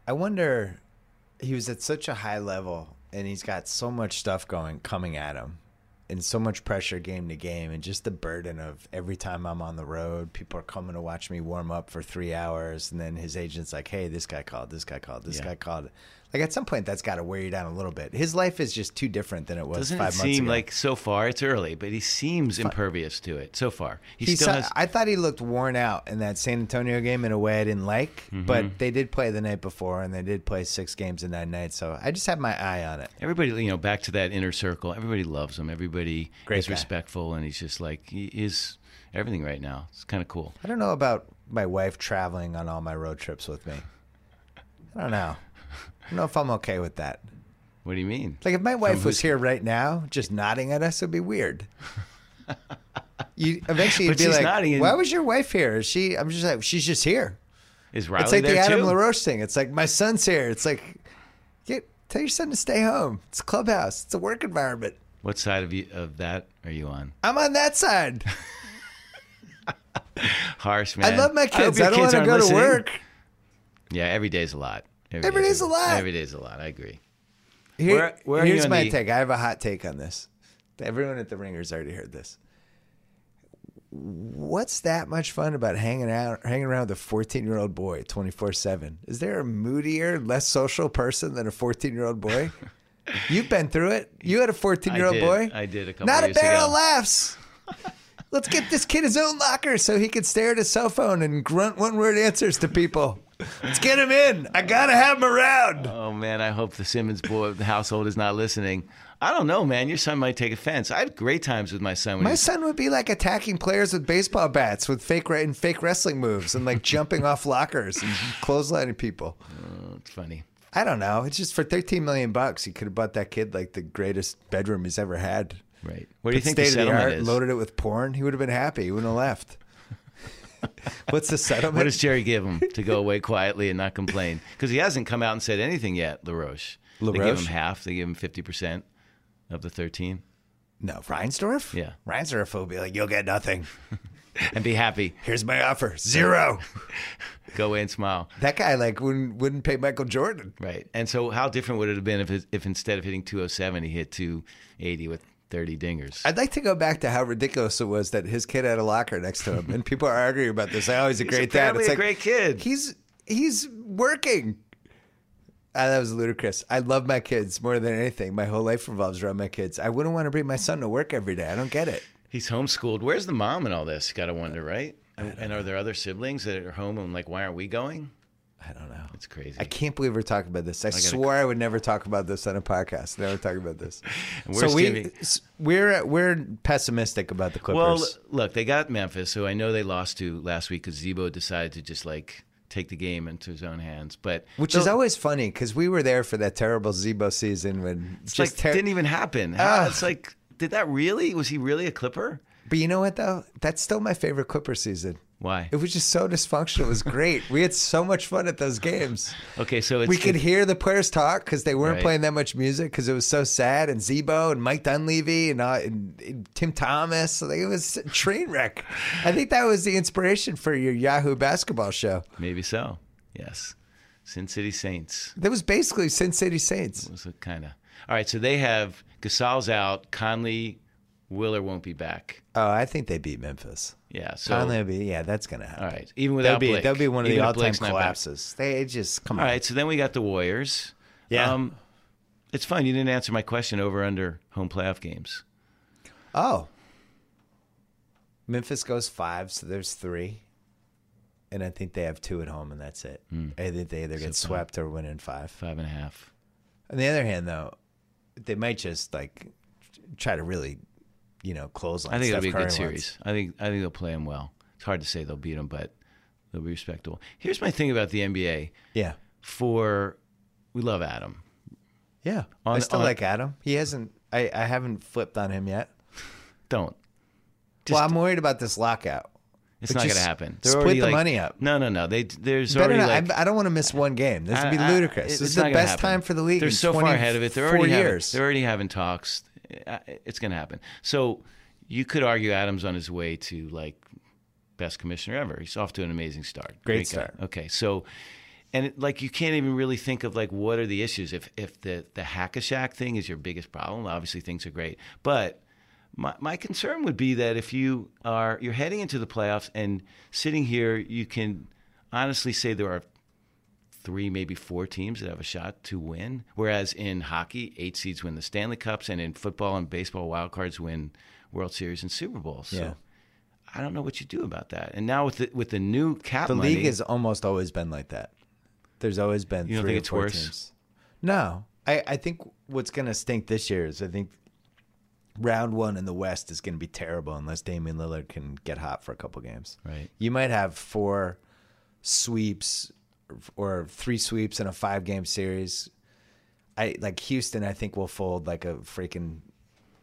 S1: I wonder. He was at such a high level, and he's got so much stuff going coming at him, and so much pressure game to game, and just the burden of every time I'm on the road, people are coming to watch me warm up for three hours, and then his agent's like, "Hey, this guy called. This guy called. This
S2: Yeah.
S1: guy called." Like at some point, that's got to wear you down a little bit. His life is just too different than it was
S2: Doesn't
S1: five
S2: it
S1: months
S2: seem
S1: ago.
S2: like so far it's early, but he seems impervious to it so far. He,
S1: He
S2: still
S1: saw-
S2: has.
S1: I thought he looked worn out in that San Antonio game in a way I didn't like,
S2: Mm-hmm.
S1: but they did play the night before and they did play six games in nine nights. So I just had my eye on it.
S2: Everybody, you know, back to that inner circle. Everybody loves him. Everybody
S1: Great
S2: is
S1: guy.
S2: respectful, and he's just like he is everything right now. It's kind of cool.
S1: I don't know about my wife traveling on all my road trips with me. I don't know. I don't know if I'm okay with that.
S2: What do you mean?
S1: Like if my wife
S2: who's-
S1: was here right now, just nodding at us, it'd be
S2: (laughs)
S1: weird. You eventually you'd
S2: But
S1: be
S2: she's
S1: like,
S2: nodding and-
S1: "Why was your wife here? Is she?" I'm just like, "She's just here."
S2: Is Riley
S1: It's like
S2: there
S1: the Adam
S2: too?
S1: LaRoche thing. It's like my son's here. It's like get tell your son to stay home. It's a clubhouse. It's a work environment.
S2: What side of you of that are you on?
S1: I'm on that side.
S2: Harsh man.
S1: I love my
S2: hope
S1: kids.
S2: your
S1: I don't want to
S2: aren't
S1: go
S2: listening.
S1: to work.
S2: Yeah, every day's a lot.
S1: Every day's a lot.
S2: Every day's a lot. I agree.
S1: Here-
S2: Where- where are you
S1: here's
S2: on
S1: my
S2: the-
S1: take. I have a hot take on this. Everyone at the Ringers already heard this. What's that much fun about hanging out, hanging around with a 14 year old boy 24 7? Is there a moodier, less social person than a 14 year old
S2: (laughs)
S1: boy? You've been through it. You had a 14 year old
S2: I did.
S1: boy.
S2: I did a couple
S1: Not a
S2: years
S1: barrel
S2: ago.
S1: of laughs. Let's get this kid his own locker so he can stare at his cell phone and grunt one word answers to people. Let's get him in. I got to have him around.
S2: Oh man, I hope the Simmons boy the household is not listening. I don't know, man. Your son might take offense. I had great times with my son. When he
S1: My
S2: was-
S1: son would be like attacking players with baseball bats with fake re- and fake wrestling moves and like jumping off lockers and (laughs) clotheslining people.
S2: it's funny.
S1: I don't know. It's just for 13 million bucks, he could have bought that kid like the greatest bedroom he's ever had.
S2: Right. What do you
S1: But
S2: think the settlement is?
S1: loaded it with porn. He would have been happy. He wouldn't have left. (laughs) What's the settlement?
S2: What does Jerry give him to
S1: (laughs)
S2: go away quietly and not complain? Because he hasn't come out and said anything yet, LaRoche. They give
S1: LaRoche?
S2: him half. They give him 50% of the 13
S1: no, Reinsdorf?
S2: Yeah.
S1: Reinsdorf will be like, you'll get nothing.
S2: and be happy.
S1: Here's my offer
S2: (laughs)
S1: zero.
S2: Go away and smile.
S1: that guy like wouldn't, wouldn't pay Michael Jordan.
S2: Right. And so, how different would it have been if, his, if instead of hitting 207, he hit 280 with 30 dingers?
S1: I'd like to go back to how ridiculous it was that his kid had a locker next to him, and
S2: (laughs)
S1: people are arguing about this. Oh, he's a great dad.
S2: apparently
S1: It's
S2: a
S1: like
S2: great kid.
S1: He's he's working. Ah, that was ludicrous. I love my kids more than anything. My whole life revolves around my kids. I wouldn't want to bring my son to work every day. I don't get it.
S2: He's homeschooled. Where's the mom in all this? Got to wonder, right? And are there other siblings that are home and like, why aren't we going?
S1: I don't know.
S2: It's crazy.
S1: I can't believe we're talking about this. I, swore I would never talk about this on a podcast. Never talk about
S2: (laughs)
S1: this. so
S2: where's
S1: we
S2: Jimmy?
S1: s- we're we're pessimistic about the Clippers.
S2: Well, look, they got Memphis, who I know they lost to last week because Zebo decided to just like take the game into his own hands. But
S1: which is always funny because we were there for that terrible Zebo season when
S2: it's
S1: just
S2: like
S1: ter-
S2: didn't even happen. How-
S1: Ugh.
S2: It's like, did that really? Was he really a Clipper?
S1: But you know what though? That's still my favorite Clipper season.
S2: Why?
S1: It was just so dysfunctional. It was great. we had so much fun at those games.
S2: Okay, so it's
S1: We could hear the players talk because they weren't
S2: Right.
S1: playing that much music because it was so sad. And Zebo and Mike Dunleavy and, uh, and, and Tim Thomas, like it was a train wreck. I think that was the inspiration for your Yahoo basketball show.
S2: maybe so. Yes, Sin City Saints.
S1: That was basically Sin City Saints.
S2: was kind of all right. So they have Gasol's out. Conley Willer won't be back.
S1: Oh, I think they beat Memphis.
S2: Yeah. So
S1: Conley, would be- yeah, that's gonna happen.
S2: all right. Even
S1: That'd
S2: without
S1: be
S2: Blake,
S1: that'd be one of the
S2: even if
S1: all-time
S2: Blake's not back.
S1: collapses. They just come
S2: All
S1: on.
S2: right. So then we got the Warriors. Um,
S1: Yeah.
S2: it's fine. You didn't answer my question. Over under home playoff games.
S1: Oh. Memphis goes five, so there's three. and I think they have two at home, and that's it.
S2: Hmm.
S1: I think they either get swept or win in five.
S2: five and a half.
S1: On the other hand, though, they might just like try to really, you know, close. On
S2: I think
S1: Steph
S2: it'll be a
S1: Curry
S2: good
S1: wants.
S2: series. I think I think they'll play them well. It's hard to say they'll beat them, but they'll be respectable. Here's my thing about the NBA.
S1: Yeah,
S2: For we love Adam.
S1: yeah. I
S2: On-
S1: still
S2: on-
S1: like Adam. He hasn't. I, I haven't flipped on him yet.
S2: Don't.
S1: well,
S2: Just-
S1: I'm worried about this lockout.
S2: It's
S1: But
S2: not going to
S1: just
S2: happen.
S1: split
S2: already,
S1: the
S2: like-
S1: money up.
S2: No, no, no. They there's
S1: Better
S2: already
S1: not,
S2: like
S1: I, I don't want to miss one game. This would be
S2: I- I-
S1: ludicrous.
S2: it's
S1: this is the
S2: not gonna
S1: best
S2: happen.
S1: time for the league.
S2: They're
S1: in
S2: so far ahead of it. They're
S1: 24
S2: already having,
S1: years.
S2: they're already having talks. Uh, It's going to happen. So you could argue Adams on his way to like best commissioner ever. He's off to an amazing start.
S1: Great
S2: guy.
S1: start.
S2: Okay, so and it, like you can't even really think of like what are the issues if if the the hack a shack thing is your biggest problem. Obviously things are great, but my, my concern would be that if you are you're heading into the playoffs and sitting here, you can honestly say there are three, maybe four teams that have a shot to win. Whereas in hockey, eight seeds win the Stanley Cups, and in football and baseball, wild cards win World Series and Super Bowls. So
S1: Yeah.
S2: I don't know what you do about that. And now with the, with the new cap
S1: The
S2: money,
S1: league has almost always been like that. There's always been
S2: You don't
S1: three or
S2: think it's
S1: four
S2: worse?
S1: teams. No, I, I think what's going to stink this year is I think round one in the West is going to be terrible unless Damian Lillard can get hot for a couple games.
S2: Right.
S1: You might have four sweeps or three sweeps in a five game series. I like Houston. I think will fold like a freaking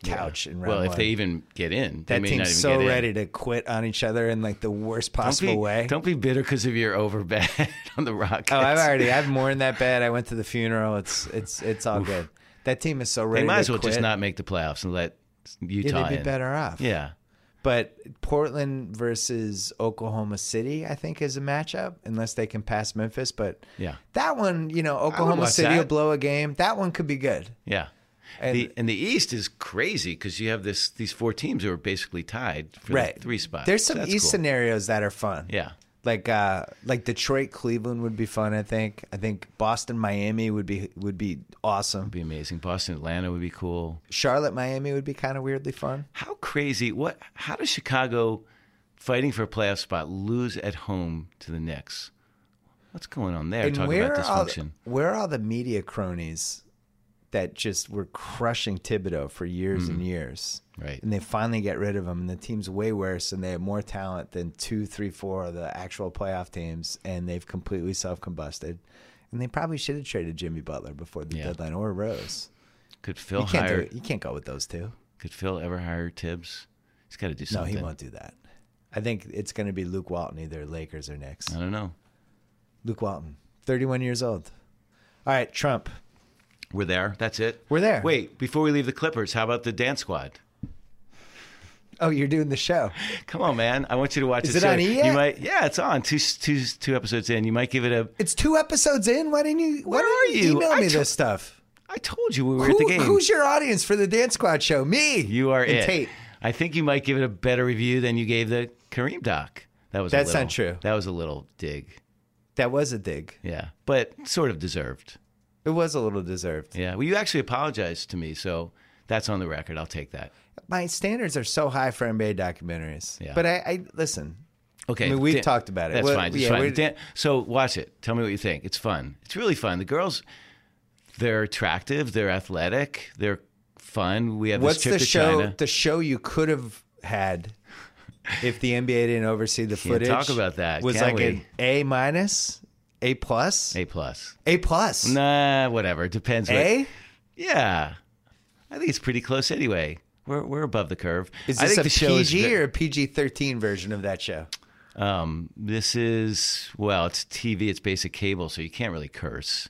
S1: couch in round
S2: well,
S1: one.
S2: if they even get in, they
S1: that
S2: may not
S1: team's
S2: even
S1: so
S2: get in.
S1: ready to quit on each other in like the worst
S2: Don't
S1: possible
S2: be,
S1: way.
S2: Don't be bitter because of your overbet (laughs) on the Rockets.
S1: Oh, I've already. I've mourned that bad. I went to the funeral. It's it's it's all good. That team is so ready.
S2: they might
S1: to
S2: as well just
S1: quit.
S2: not make the playoffs and let
S1: Yeah,
S2: Utah
S1: they'd be
S2: in.
S1: better off.
S2: Yeah,
S1: But Portland versus Oklahoma City, I think, is a matchup unless they can pass Memphis. But
S2: Yeah.
S1: that one, you know, Oklahoma
S2: watch
S1: City will
S2: that.
S1: blow a game. That one could be good.
S2: yeah.
S1: And-
S2: the and the East is crazy because you have this these four teams who are basically tied for
S1: Right,
S2: the three spots.
S1: There's some
S2: That's
S1: East
S2: cool.
S1: scenarios that are fun.
S2: Yeah.
S1: Like uh, like Detroit, Cleveland would be fun. I think. I think Boston, Miami would be would be awesome.
S2: be amazing. Boston, Atlanta would be cool.
S1: Charlotte, Miami would be kind of weirdly fun.
S2: How crazy? What? How does Chicago, fighting for a playoff spot, lose at home to the Knicks? What's going on there? Talk about
S1: are all-
S2: dysfunction.
S1: where are all the media cronies that just were crushing Thibodeau for years
S2: Hmm.
S1: and years?
S2: Right.
S1: And they finally get rid of him, and the team's way worse, and they have more talent than two, three, four of the actual playoff teams, and they've completely self combusted. And they probably should have traded Jimmy Butler before the
S2: Yeah.
S1: deadline or Rose.
S2: Could Phil
S1: You can't, do
S2: hire?
S1: it. you can't go with those two.
S2: Could Phil ever hire Tibbs? He's got to do
S1: No,
S2: something.
S1: he won't do that. I think it's going to be Luke Walton, either Lakers or Knicks.
S2: I don't know.
S1: Luke Walton, 31 years old. All right, Trump.
S2: We're there. That's it.
S1: We're there.
S2: Wait, before we leave the Clippers, how about the Dance Squad? (laughs)
S1: Oh, you're doing the show.
S2: Come on, man! I want you to watch.
S1: Is
S2: this
S1: it on
S2: show.
S1: E
S2: You
S1: yet?
S2: might. Yeah, it's on. Two, two, two episodes in. You might give it a.
S1: It's two episodes in. Why didn't you? Why
S2: Where are
S1: didn't you?
S2: you?
S1: Email
S2: I
S1: me
S2: to-
S1: this stuff.
S2: I told you we were at the
S1: Who,
S2: game.
S1: who's your audience for the Dance Squad show? Me.
S2: You are
S1: and
S2: it.
S1: Tate.
S2: I think you might give it a better review than you gave the Kareem doc. That was a
S1: That's not
S2: little-
S1: true.
S2: That was a little dig.
S1: That was a dig.
S2: Yeah, but sort of deserved.
S1: It was a little deserved.
S2: Yeah. Well, you actually apologized to me, so that's on the record. I'll take that.
S1: My standards are so high for NBA documentaries.
S2: Yeah.
S1: But I, I listen.
S2: Okay.
S1: I mean, we've
S2: Dan-
S1: talked about it.
S2: That's
S1: Well,
S2: fine. It's
S1: yeah,
S2: fine.
S1: we're-
S2: Dan- so watch it. Tell me what you think. It's fun. It's really fun. The girls, they're attractive. They're athletic. They're fun. We have
S1: What's
S2: this trip
S1: the
S2: to
S1: show?
S2: China.
S1: The show you could have had if the NBA didn't oversee the
S2: Can't
S1: footage.
S2: talk about that,
S1: Was
S2: can
S1: like
S2: we?
S1: an A minus, A plus,
S2: A plus.
S1: A plus,
S2: Nah, whatever. Depends. what-
S1: A.
S2: Yeah, I think it's pretty close anyway. We're we're above the curve.
S1: Is
S2: I
S1: this
S2: think
S1: a
S2: the show is
S1: PG
S2: ve-
S1: or a PG thirteen version of that show?
S2: um, this is well, it's TV, it's basic cable, so you can't really curse.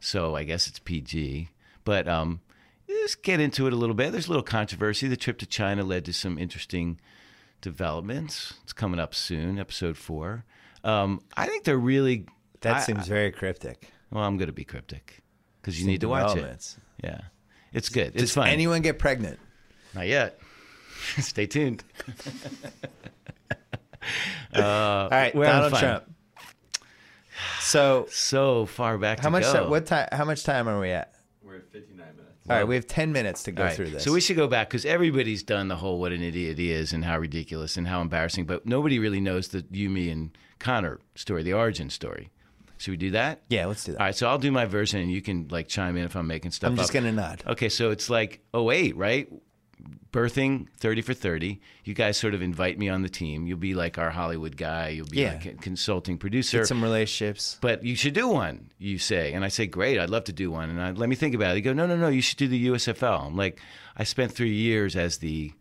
S2: So I guess it's PG. But um, let's get into it a little bit. There's a little controversy. The trip to China led to some interesting developments. It's coming up soon, episode four. Um, I think they're really.
S1: That
S2: I-
S1: seems very cryptic.
S2: well. I'm going to be cryptic because you need to watch it.
S1: Developments.
S2: Yeah, it's good.
S1: Does
S2: it's fun.
S1: anyone get pregnant?
S2: Not yet. (laughs) Stay tuned.
S1: All right,
S2: Uh, we're
S1: Donald
S2: on fire.
S1: Trump. So
S2: So far back.
S1: how
S2: to
S1: much?
S2: Go.
S1: Time, what time? How much time are we at?
S4: We're at 59 minutes.
S1: All right, we have 10 minutes to go
S2: All right,
S1: through this.
S2: So we should go back because everybody's done the whole what an idiot he is and how ridiculous and how embarrassing, but nobody really knows the you, me, and Connor story, the origin story. Should we do that?
S1: yeah, let's do that.
S2: All right, so I'll do my version and you can like chime in if I'm making stuff
S1: I'm just
S2: up.
S1: going to nod.
S2: Okay, so it's like 08, right? Birthing 30 for 30. You guys sort of invite me on the team. You'll be like our Hollywood guy. You'll be
S1: Yeah.
S2: like a consulting producer.
S1: Get some relationships.
S2: but you should do one, you say. And I say, great, I'd love to do one. And I, let me think about it. You go, no, no, no, you should do the USFL. I'm like, I spent three years as the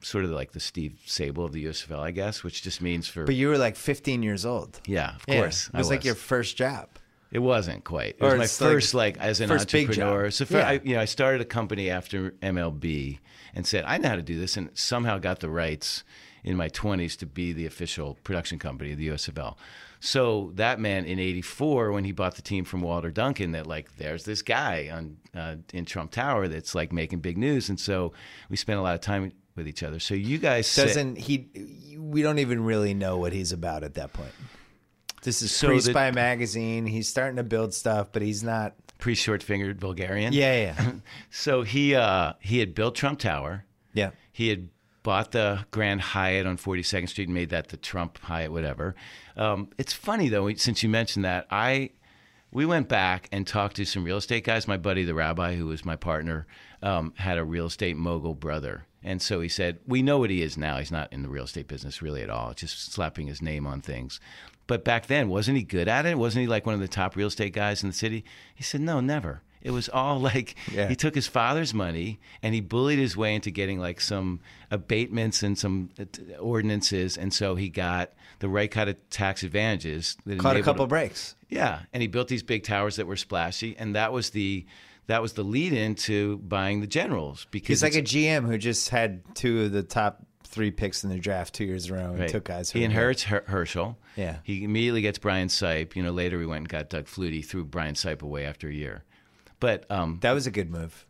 S2: sort of like the Steve Sable of the USFL, I guess, which just means for.
S1: But you were like 15 years old.
S2: yeah, of
S1: Yeah,
S2: course.
S1: It was
S2: I
S1: like your first job.
S2: It wasn't quite. It
S1: Or
S2: was my
S1: it's like
S2: first, like, as an
S1: first big
S2: entrepreneur.
S1: job.
S2: So, fir-
S1: Yeah.
S2: I, you know, I started a company after MLB and said I know how to do this, and somehow got the rights in my 20s to be the official production company of the USFL. So that meant in '84, when he bought the team from Walter Duncan, that like there's this guy on uh, in Trump Tower that's like making big news, and so we spent a lot of time with each other. So you guys sit-
S1: Doesn't he? We don't even really know what he's about at that point. This is
S2: So
S1: pre
S2: the-
S1: Spy magazine. He's starting to build stuff, but he's
S2: (laughs)
S1: not.
S2: pre short fingered Bulgarian.
S1: Yeah, yeah,
S2: So he uh, he had built Trump Tower.
S1: yeah.
S2: He had bought the Grand Hyatt on 42nd Street and made that the Trump Hyatt, whatever. Um, it's funny though, since you mentioned that, I we went back and talked to some real estate guys. My buddy, the rabbi, who was my partner, um, had a real estate mogul brother. And so he said, We know what he is now. He's not in the real estate business really at all, just slapping his name on things. But back then, wasn't he good at it? Wasn't he like one of the top real estate guys in the city? He said, No, never. It was all (laughs) like
S1: Yeah.
S2: he took his father's money and he bullied his way into getting like some abatements and some uh, t- ordinances. And so he got the right kind of tax advantages. that
S1: Caught a
S2: enabled
S1: couple
S2: him-
S1: breaks.
S2: yeah, and he built these big towers that were splashy, and that was the that was the lead in to buying the Generals because
S1: He's like a
S2: it's-
S1: GM who just had two of the top three picks in the draft two years in a row and
S2: right.
S1: took guys. who
S2: He
S1: were-
S2: inherits Her- Herschel.
S1: Yeah.
S2: he immediately gets Brian Sipe. You know, later we went and got Doug Flutie, threw Brian Sipe away after a year, but um,
S1: That was a good move.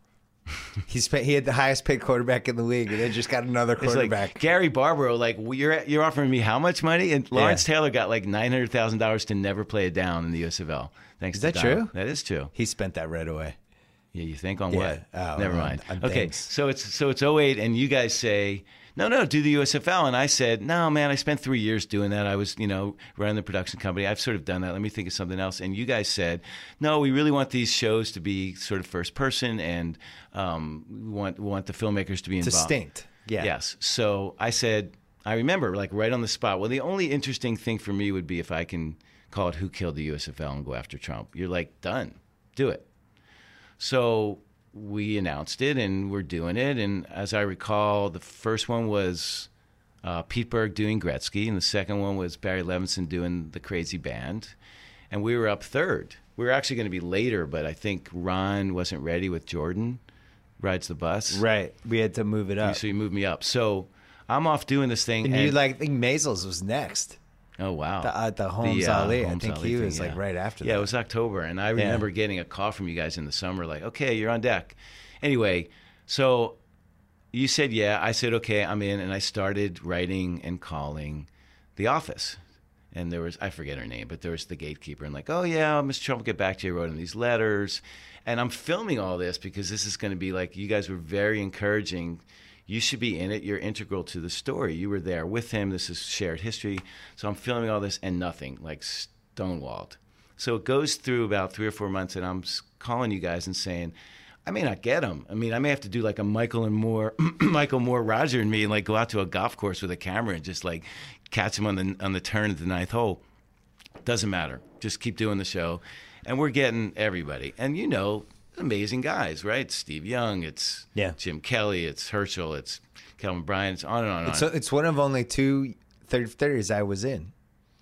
S1: he spent. He had the highest paid quarterback in the league, and then just got another
S2: it's like
S1: quarterback.
S2: Gary Barbaro, like you're you're offering me how much money? And Lawrence
S1: Yeah.
S2: Taylor got like nine hundred thousand dollars to never play a down in the USFL. Thanks. Is
S1: that true?
S2: That is true.
S1: he spent that right away.
S2: Yeah, you think on
S1: Yeah.
S2: what?
S1: Oh,
S2: Never
S1: on-
S2: mind.
S1: on
S2: okay,
S1: things.
S2: so it's so it's 08, and you guys say, no, no, do the USFL, and I said, no, man, I spent three years doing that. I was, you know, running the production company. I've sort of done that. Let me think of something else. And you guys said, no, we really want these shows to be sort of first person, and um, we want we want the filmmakers to be involved.
S1: Distinct. Yeah.
S2: Yes. So I said, I remember, like right on the spot. Well, the only interesting thing for me would be if I can call it "Who Killed the USFL" and go after Trump. You're like, done, do it. So we announced it, and we're doing it. And as I recall, the first one was uh, Pete Berg doing Gretzky, and the second one was Barry Levinson doing the Crazy Band, and we were up third. We were actually going to be later, but I think Ron wasn't ready with Jordan. Rides the bus,
S1: Right. We had to move it up.
S2: so you moved me up. So I'm off doing this thing.
S1: Uh, And, you like I think Mazel's was next.
S2: oh wow,
S1: The, uh, the Holmes Ali. I think he was like right after
S2: Yeah,
S1: that.
S2: it was October, and I remember getting a call from you guys in the summer, like, okay, you're on deck. Anyway, so you said yeah. I said okay, I'm in, and I started writing and calling the office. And there was I forget her name, but there was the gatekeeper, and like, oh yeah, Mr. Trump will get back to you. I wrote him these letters, and I'm filming all this because this is going to be like you guys were very encouraging. You should be in it. You're integral to the story. You were there with him. This is shared history. So I'm filming all this and nothing, like stonewalled. So it goes through about three or four months, and I'm s- calling you guys and saying, I may not get him. I mean, I may have to do like a Michael and Moore, (clears throat) Michael Moore, Roger and me, and like go out to a golf course with a camera and just like catch him on the on the turn of the ninth hole. Doesn't matter. Just keep doing the show, and we're getting everybody. And you know, amazing guys, right? Steve Young, it's
S1: Yeah.
S2: Jim Kelly, it's Herschel, it's Kelvin Bryant, it's on and on and on.
S1: So it's one of only two 30 30s I was in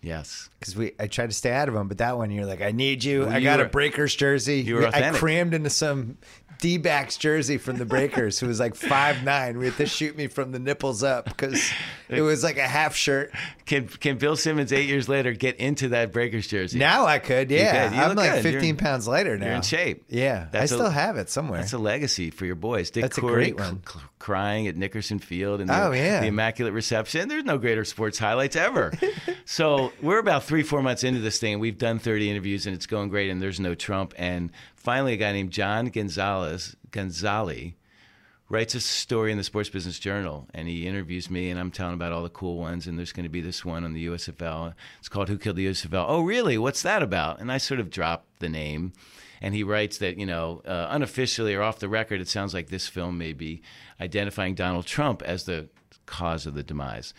S2: yes.
S1: because we I tried to stay out of them, but that one you're like, I need you.
S2: Well,
S1: I
S2: you
S1: got
S2: were-
S1: a Breakers jersey.
S2: you were
S1: I
S2: authentic.
S1: crammed into some D backs jersey from the Breakers who was like five nine. We had to shoot me from the nipples up
S2: (laughs)
S1: because it was like a half shirt.
S2: Can can Bill Simmons eight years later get into that Breakers jersey?
S1: Now I could, yeah.
S2: could. You
S1: I'm
S2: look
S1: like
S2: good. You're-
S1: 15 pounds lighter now.
S2: You're in shape.
S1: Yeah,
S2: That's
S1: I
S2: a-
S1: still have it somewhere.
S2: That's a legacy for your boys. Dick
S1: That's a
S2: Corey
S1: great one.
S2: cl- cl- crying at Nickerson Field and the,
S1: Oh, yeah. (laughs)
S2: the immaculate reception. There's no greater sports highlights ever. so we're about three, four months into this thing. We've done 30 interviews and it's going great, and there's no Trump. And finally, a guy named John Gonzalez, Gonzali, writes a story in the Sports Business Journal, and he interviews me, and I'm telling about all the cool ones, and there's going to be this one on the USFL. It's called "Who Killed the USFL." Oh, really? What's that about? And I sort of drop the name, and he writes that you know, uh, unofficially or off the record, it sounds like this film may be identifying Donald Trump as the cause of the demise.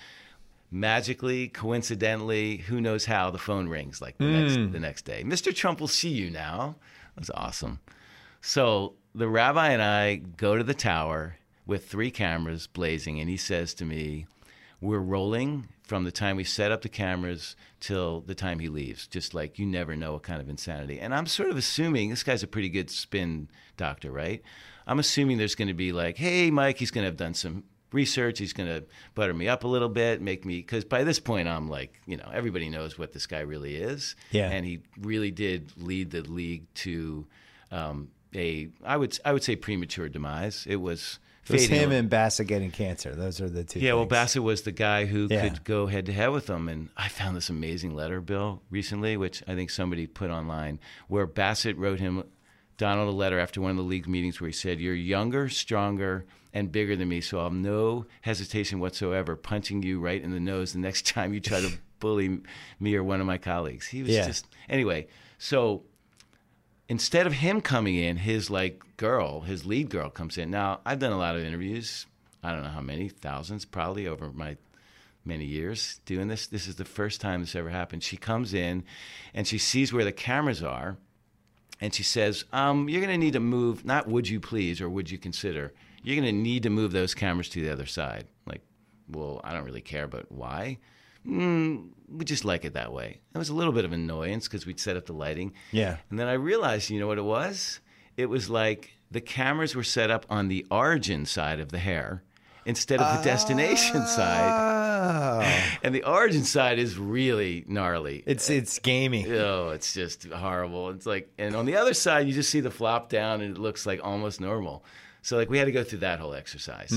S2: Magically, coincidentally, who knows how the phone rings like the, next, the next day. Mr. Trump will see you now. That's awesome. So the rabbi and I go to the tower with three cameras blazing, and he says to me, We're rolling from the time we set up the cameras till the time he leaves. Just like you never know what kind of insanity. And I'm sort of assuming this guy's a pretty good spin doctor, right? I'm assuming there's going to be like, Hey, Mike, he's going to have done some research. He's going to butter me up a little bit, make me, because by this point, I'm like, you know, everybody knows what this guy really is.
S4: Yeah.
S2: And he really did lead the league to, um, a I would I would say premature demise. It was
S4: It was
S2: fading.
S4: him and Bassett getting cancer. Those are the two.
S2: yeah, well,
S4: things.
S2: Bassett was the guy who
S4: Yeah.
S2: could go head to head with him, and I found this amazing letter, Bill, recently, which I think somebody put online, where Bassett wrote him Donald a letter after one of the league meetings where he said, "You're younger, stronger, and bigger than me, so I'll have no hesitation whatsoever punching you right in the nose the next (laughs) time you try to bully me or one of my colleagues." He was
S4: Yeah.
S2: just anyway. So instead of him coming in, his like girl, his lead girl comes in. Now I've done a lot of interviews. I don't know how many thousands, probably over my many years doing this. This is the first time this ever happened. She comes in, and she sees where the cameras are, and she says, um, "You're going to need to move. Not would you please or would you consider. You're going to need to move those cameras to the other side." Like, well, I don't really care, but why? Mm, we just like it that way. It was a little bit of annoyance because we'd set up the lighting.
S4: Yeah.
S2: And then I realized, you know what it was? It was like the cameras were set up on the origin side of the hair instead of the destination
S1: Ah.
S2: side.
S4: Oh,
S2: And the origin side is really gnarly.
S4: it's it's gamey.
S2: Oh, it's just horrible. It's like, and on the other side, you just see the flop down, and it looks like almost normal. So like, we had to go through that whole exercise.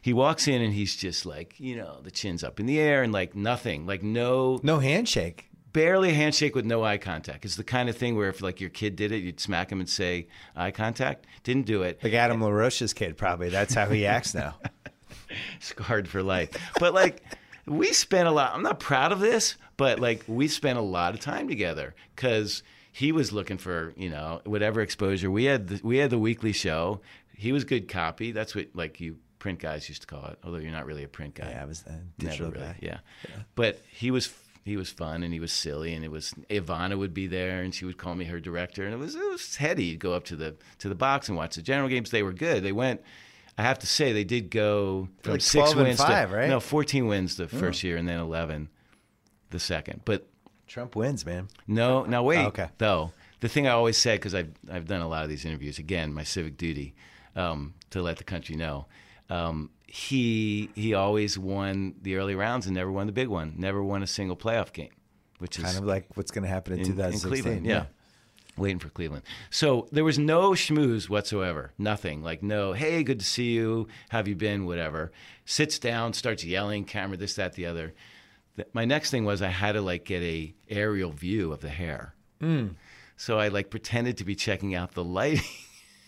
S2: He walks in, and he's just like, you know, the chin's up in the air, and like nothing, like no,
S4: No handshake.
S2: barely a handshake with no eye contact. It's the kind of thing where if like your kid did it, you'd smack him and say eye contact. Didn't do it.
S4: Like Adam LaRoche's kid, probably. That's how he
S1: (laughs)
S4: acts now.
S2: (laughs) scarred for life. But like we spent a lot. I'm not proud of this, but like we spent a lot of time together because he was looking for you know whatever exposure we had. The, we had the weekly show. He was good copy. That's what like you print guys used to call it. Although you're not really a print guy.
S4: Yeah, I
S1: uh,
S4: was the
S2: Never
S4: digital
S2: really,
S4: guy.
S2: Yeah. But he was he was fun and he was silly and it was Ivana would be there and she would call me her director and it was it was heady. You'd go up to the to the box and watch the general games. They were good. They went. I have to say they did go from
S4: like
S2: six
S4: 12 and
S2: wins
S4: five,
S2: to
S4: right? Hmm.
S2: no fourteen wins the first year and then eleven the second. But
S4: Trump wins, man.
S2: no, now wait.
S4: okay.
S2: Though the thing I always said because I've I've done a lot of these interviews again, my civic duty um, to let the country know. Um, he he always won the early rounds and never won the big one. Never won a single playoff game, which is
S4: Kind of like what's going to happen in,
S2: in- in
S4: 2016.
S2: Cleveland, yeah. Waiting for Cleveland. So there was no schmooze whatsoever. Nothing. Like, no, hey, good to see you. How Have you been? Whatever. Sits down, starts yelling, camera, this, that, the other. Th- My next thing was I had to like get a aerial view of the hair. Hmm. So I like pretended to be checking out the lighting. (laughs)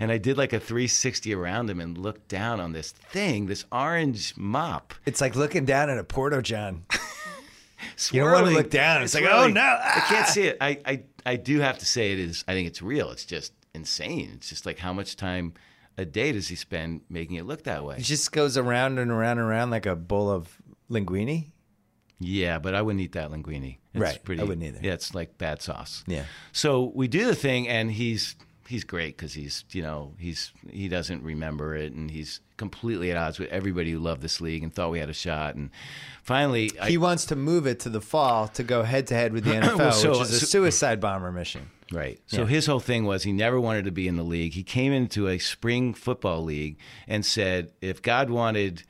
S2: and I did like a 360 around him and looked down on this thing, this orange mop.
S4: It's like looking down at a Porto John. You don't
S2: swirling.
S4: wanna look down. It's like, oh,
S2: swirling.
S4: no,
S2: I can't see it. I, I, I do have to say it is. I think it's real. It's just insane. It's just like how much time a day does he spend making it look that way?
S4: It just goes around and around and around like a bowl of linguine.
S2: Yeah, but I wouldn't eat that linguine. It's
S4: Right. I wouldn't either.
S2: Yeah, it's like bad sauce.
S4: Yeah.
S2: So we do the thing, and he's he's great because he's you know he's he doesn't remember it, and he's completely at odds with everybody who loved this league and thought we had a shot. And finally, I,
S4: he wants to move it to the fall to go head to head with the (clears throat) NFL,
S2: Well, so-
S4: which is a
S2: so-
S4: suicide bomber mission.
S2: Right. So his whole thing was he never wanted to be in the league. He came into a spring football league and said, if God wanted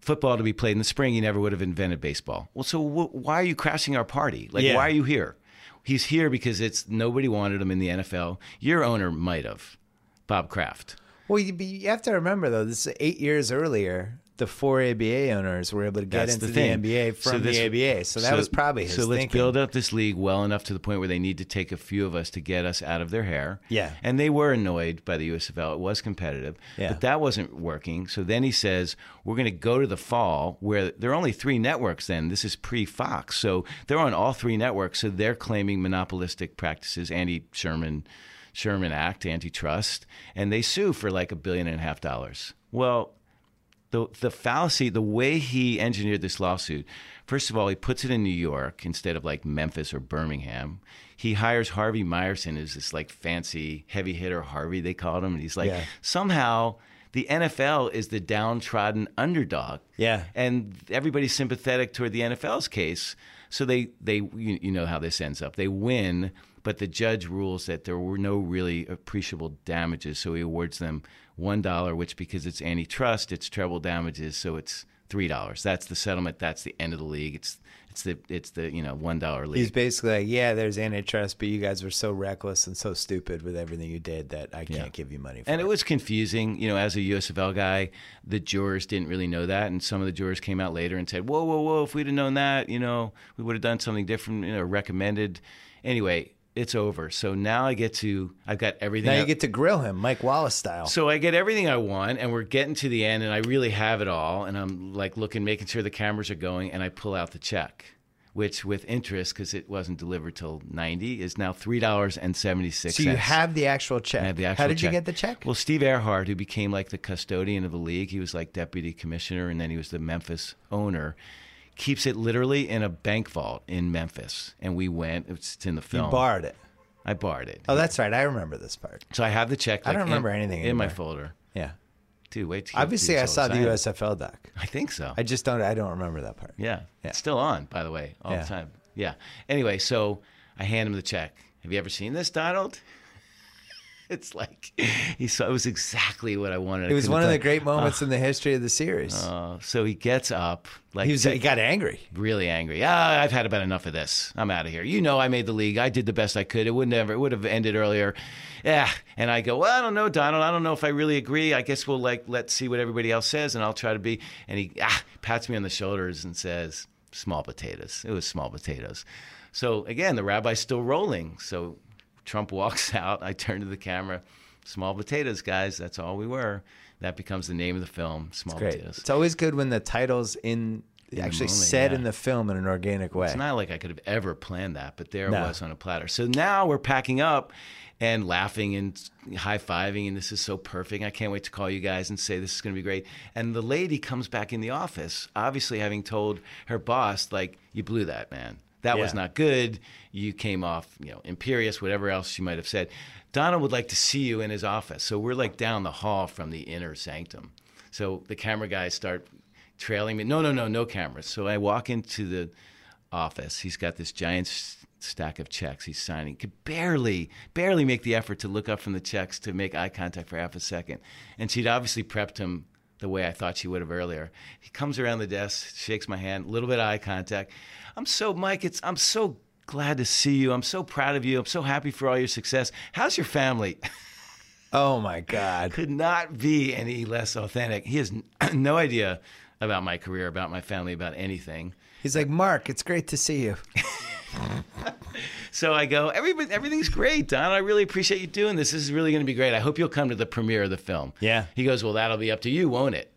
S2: football to be played in the spring, he never would have invented baseball. Well, so wh- why are you crashing our party? Like,
S4: Yeah.
S2: why are you here? He's here because it's nobody wanted him in the NFL. Your owner might have, Bob Kraft.
S4: Well, you, you have to remember though, this is eight years earlier. the four ABA owners were able to get
S2: That's
S4: into
S2: the
S4: the,
S2: thing.
S4: NBA from
S2: So this-
S4: the ABA. So that was probably his
S2: So let's
S4: thinking.
S2: build up this league well enough to the point where they need to take a few of us to get us out of their hair.
S4: Yeah.
S2: And they were annoyed by the USFL. It was competitive.
S4: Yeah.
S2: But that wasn't working. So then he says, we're going to go to the fall where there are only three networks then. This is pre Fox. So they're on all three networks. So they're claiming monopolistic practices, Andy Sherman. Sherman Act, antitrust, and they sue for like a billion and a half dollars. Well, the the fallacy, the way he engineered this lawsuit. First of all, he puts it in New York instead of like Memphis or Birmingham. He hires Harvey Meyerson as this like fancy heavy hitter Harvey they called him, and he's like
S4: Yeah.
S2: somehow the NFL is the downtrodden underdog.
S4: Yeah.
S2: and everybody's sympathetic toward the NFL's case, so they they you, you know how this ends up. They win. But the judge rules that there were no really appreciable damages, so he awards them one dollar, which because it's antitrust, it's treble damages, so it's three dollars. That's the settlement. That's the end of the league. It's it's the it's the you know one dollar league.
S4: He's basically like, yeah, there's antitrust, but you guys were so reckless and so stupid with everything you did that I can't give you money for
S2: And
S4: it.
S2: it was confusing, you know, as a USFL guy, the jurors didn't really know that. And some of the jurors came out later and said, whoa, whoa, whoa, if we'd have known that, you know, we would have done something different, you know, recommended. Anyway, it's over. So now I get to, I've got everything.
S4: Now
S2: I-
S4: you get to grill him, Mike Wallace style.
S2: so I get everything I want, and we're getting to the end, and I really have it all. And I'm like looking, making sure the cameras are going, and I pull out the check, which with interest, because it wasn't delivered till 90, is now $3.76.
S4: So you have the actual check.
S2: I have the
S4: How
S2: actual
S4: did you
S2: check.
S4: get the check?
S2: Well, Steve Earhart, who became like the custodian of the league, he was like deputy commissioner and then he was the Memphis owner, keeps it literally in a bank vault in Memphis. And we went, it's it's in the film.
S4: you borrowed it.
S2: I barred it.
S4: Oh, that's right. I remember this part.
S2: So I have the check.
S4: I don't
S2: like,
S4: remember
S2: in,
S4: anything
S2: In my
S4: anymore.
S2: folder.
S4: Yeah.
S2: Dude, wait. till you-
S4: Obviously,
S2: dude,
S4: I
S2: so
S4: saw the
S2: excited.
S4: USFL doc.
S2: I think so.
S4: I just don't. I don't remember that part.
S2: Yeah.
S4: Yeah.
S2: It's still on, by the way, all
S4: Yeah.
S2: the time. Yeah. Anyway, so I hand him the check. Have you ever seen this, Donald? (laughs) It's like he saw it was exactly what I wanted.
S4: It was one of the great moments
S2: Ah.
S4: in the history of the series.
S2: Uh, so he gets up, like
S4: he was. He
S2: like,
S4: got angry.
S2: really angry. Ah, I've had about enough of this. I'm out of here. You know, I made the league. I did the best I could. It would never. It would have ended earlier. Yeah. And I go, well, I don't know, Donald. I don't know if I really agree. I guess we'll like let's see what everybody else says, and I'll try to be. And he ah, pats me on the shoulders and says, "Small potatoes." It was small potatoes. So again, the rabbi's still rolling. So Trump walks (laughs) out. I turn to the camera. Small potatoes, guys. That's all we were. That becomes the name of the film. Small
S4: Great.
S2: potatoes.
S4: It's always good when the titles in actually
S2: moment,
S4: said
S2: yeah.
S4: in the film in an organic way.
S2: It's not like I could have ever planned that, but there it
S4: No.
S2: was on a platter. So now we're packing up and laughing and high fiving, and this is so perfect. I can't wait to call you guys and say this is going to be great. And the lady comes back in the office, obviously having told her boss, like, you blew that, man. That was
S4: Yeah.
S2: not good. You came off, you know, imperious, whatever else she might have said. Donna would like to see you in his office. So we're like down the hall from the inner sanctum. So the camera guys start trailing me. No, no, no, no cameras. So I walk into the office. He's got this giant s- stack of checks he's signing. Could barely, barely make the effort to look up from the checks to make eye contact for half a second. And she'd obviously prepped him the way I thought she would have earlier. He comes around the desk, shakes my hand, a little bit of eye contact. I'm so Mike, it's I'm so glad to see you. I'm so proud of you. I'm so happy for all your success. How's your family? (laughs)
S4: oh my god.
S2: could not be any less authentic. He has n- (clears throat) no idea about my career, about my family, about anything.
S4: He's like, Mark, it's great to see you.
S2: So I go, Everybody, everything's great, Don. I really appreciate you doing this. This is really going to be great. I hope you'll come to the premiere of the film.
S4: Yeah.
S2: He goes, Well, that'll be up to you, won't it?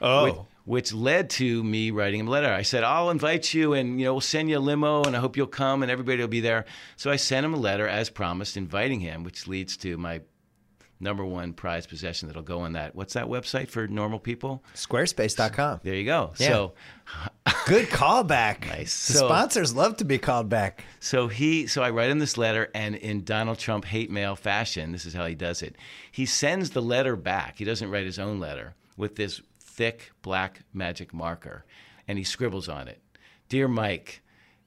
S4: Oh,
S2: Which, which led to me writing him a letter. I said, I'll invite you and, you know, we'll send you a limo and I hope you'll come and everybody will be there. So I sent him a letter as promised, inviting him, which leads to my number one prize possession that'll go on that. What's that website for normal people?
S4: Squarespace.com.
S2: There you go. So
S4: Good callback.
S2: Nice.
S4: The
S2: So-
S4: sponsors love to be called back.
S2: So he, so I write him this letter, and in Donald Trump hate mail fashion, this is how he does it. He sends the letter back. He doesn't write his own letter with this thick black magic marker, and he scribbles on it. Dear Mike,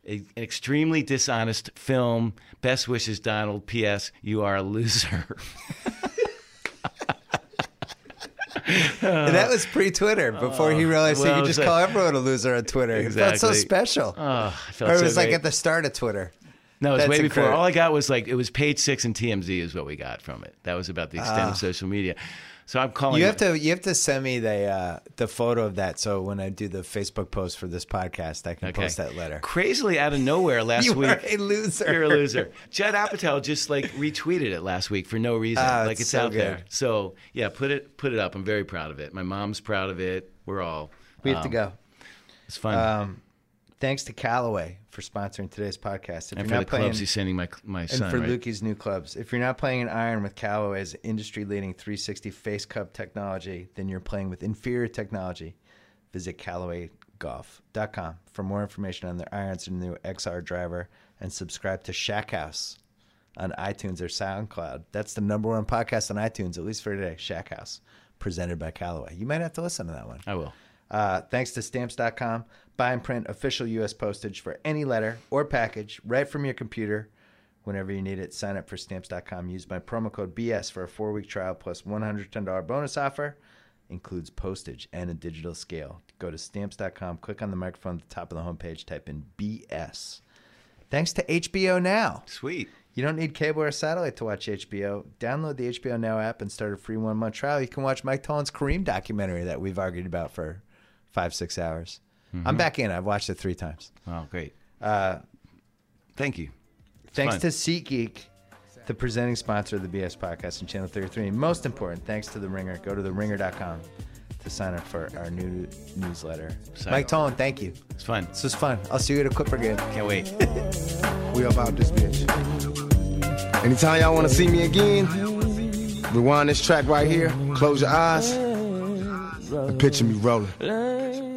S2: a- an extremely dishonest film. Best wishes, Donald. P.S. You are a loser. (laughs)
S4: that was pre-Twitter before he realized
S2: Oh. well,
S4: he
S2: it
S4: could
S2: was
S4: just
S2: like-
S4: call everyone a loser on Twitter. It felt so
S2: Exactly.
S4: special.
S2: Oh, I felt
S4: or it
S2: so
S4: was like
S2: great.
S4: at the start of Twitter.
S2: No, it's
S1: That's
S2: way before.
S1: incredible.
S2: All I got was like it was page six and TMZ is what we got from it. That was about the extent of social media. So I'm calling.
S4: Ah. You have to you have to send me the uh, the photo of that so when I do the Facebook post for this podcast I can
S2: Okay.
S4: post that letter.
S2: Crazily out of
S1: (laughs)
S2: nowhere last
S4: (laughs) You
S2: week.
S4: are a loser.
S2: You're a
S4: (laughs)
S2: loser. Judd Apatow just like retweeted it last week for no reason.
S4: Ah,
S2: like
S4: it's
S2: it's
S4: so
S2: out there.
S4: good.
S2: So yeah, put it put it up. I'm very proud of it. My mom's proud of it. We're all.
S1: We have to
S2: um,
S1: go.
S2: It's fun.
S1: Um, thanks to Callaway for sponsoring today's podcast. If
S2: and
S1: you're
S2: for the
S1: not playing,
S2: clubs he's sending my my
S1: and
S2: son.
S1: for
S2: right?
S1: Lukey's new clubs, if you're not playing an iron with Callaway's industry-leading 360 face cup technology, then you're playing with inferior technology. Visit CallawayGolf.com for more information on their irons and new XR driver, and subscribe to Shack House on iTunes or SoundCloud. That's the number one podcast on iTunes, at least for today. Shack House, presented by Callaway. You might have to listen to that one.
S2: I will.
S1: Uh, thanks to stamps.com. Buy and print official U.S. postage for any letter or package right from your computer whenever you need it. Sign up for stamps.com. Use my promo code BS for a four week trial plus $110 bonus offer. Includes postage and a digital scale. Go to stamps.com, click on the microphone at the top of the homepage, type in BS. Thanks to HBO Now.
S2: Sweet.
S1: You don't need cable or satellite to watch HBO. Download the HBO Now app and start a free one month trial. You can watch Mike Tolan's Kareem documentary that we've argued about for five, six hours.
S2: Mm-hmm.
S1: I'm back in. I've watched it three times.
S2: Wow, great. Thank you.
S1: Thanks
S2: fun.
S1: to SeatGeek, the presenting sponsor of the BS Podcast and Channel 33. And most important, thanks to The Ringer. Go to theringer.com to sign up for our new newsletter.
S2: Sign
S1: Mike
S2: up.
S1: Tolan, thank you.
S2: It's fun.
S1: This was fun. I'll see you at a Clipper game.
S2: Can't wait.
S3: We about this bitch. Anytime y'all want to see me again, rewind this track right here, close your eyes, and picture me rolling.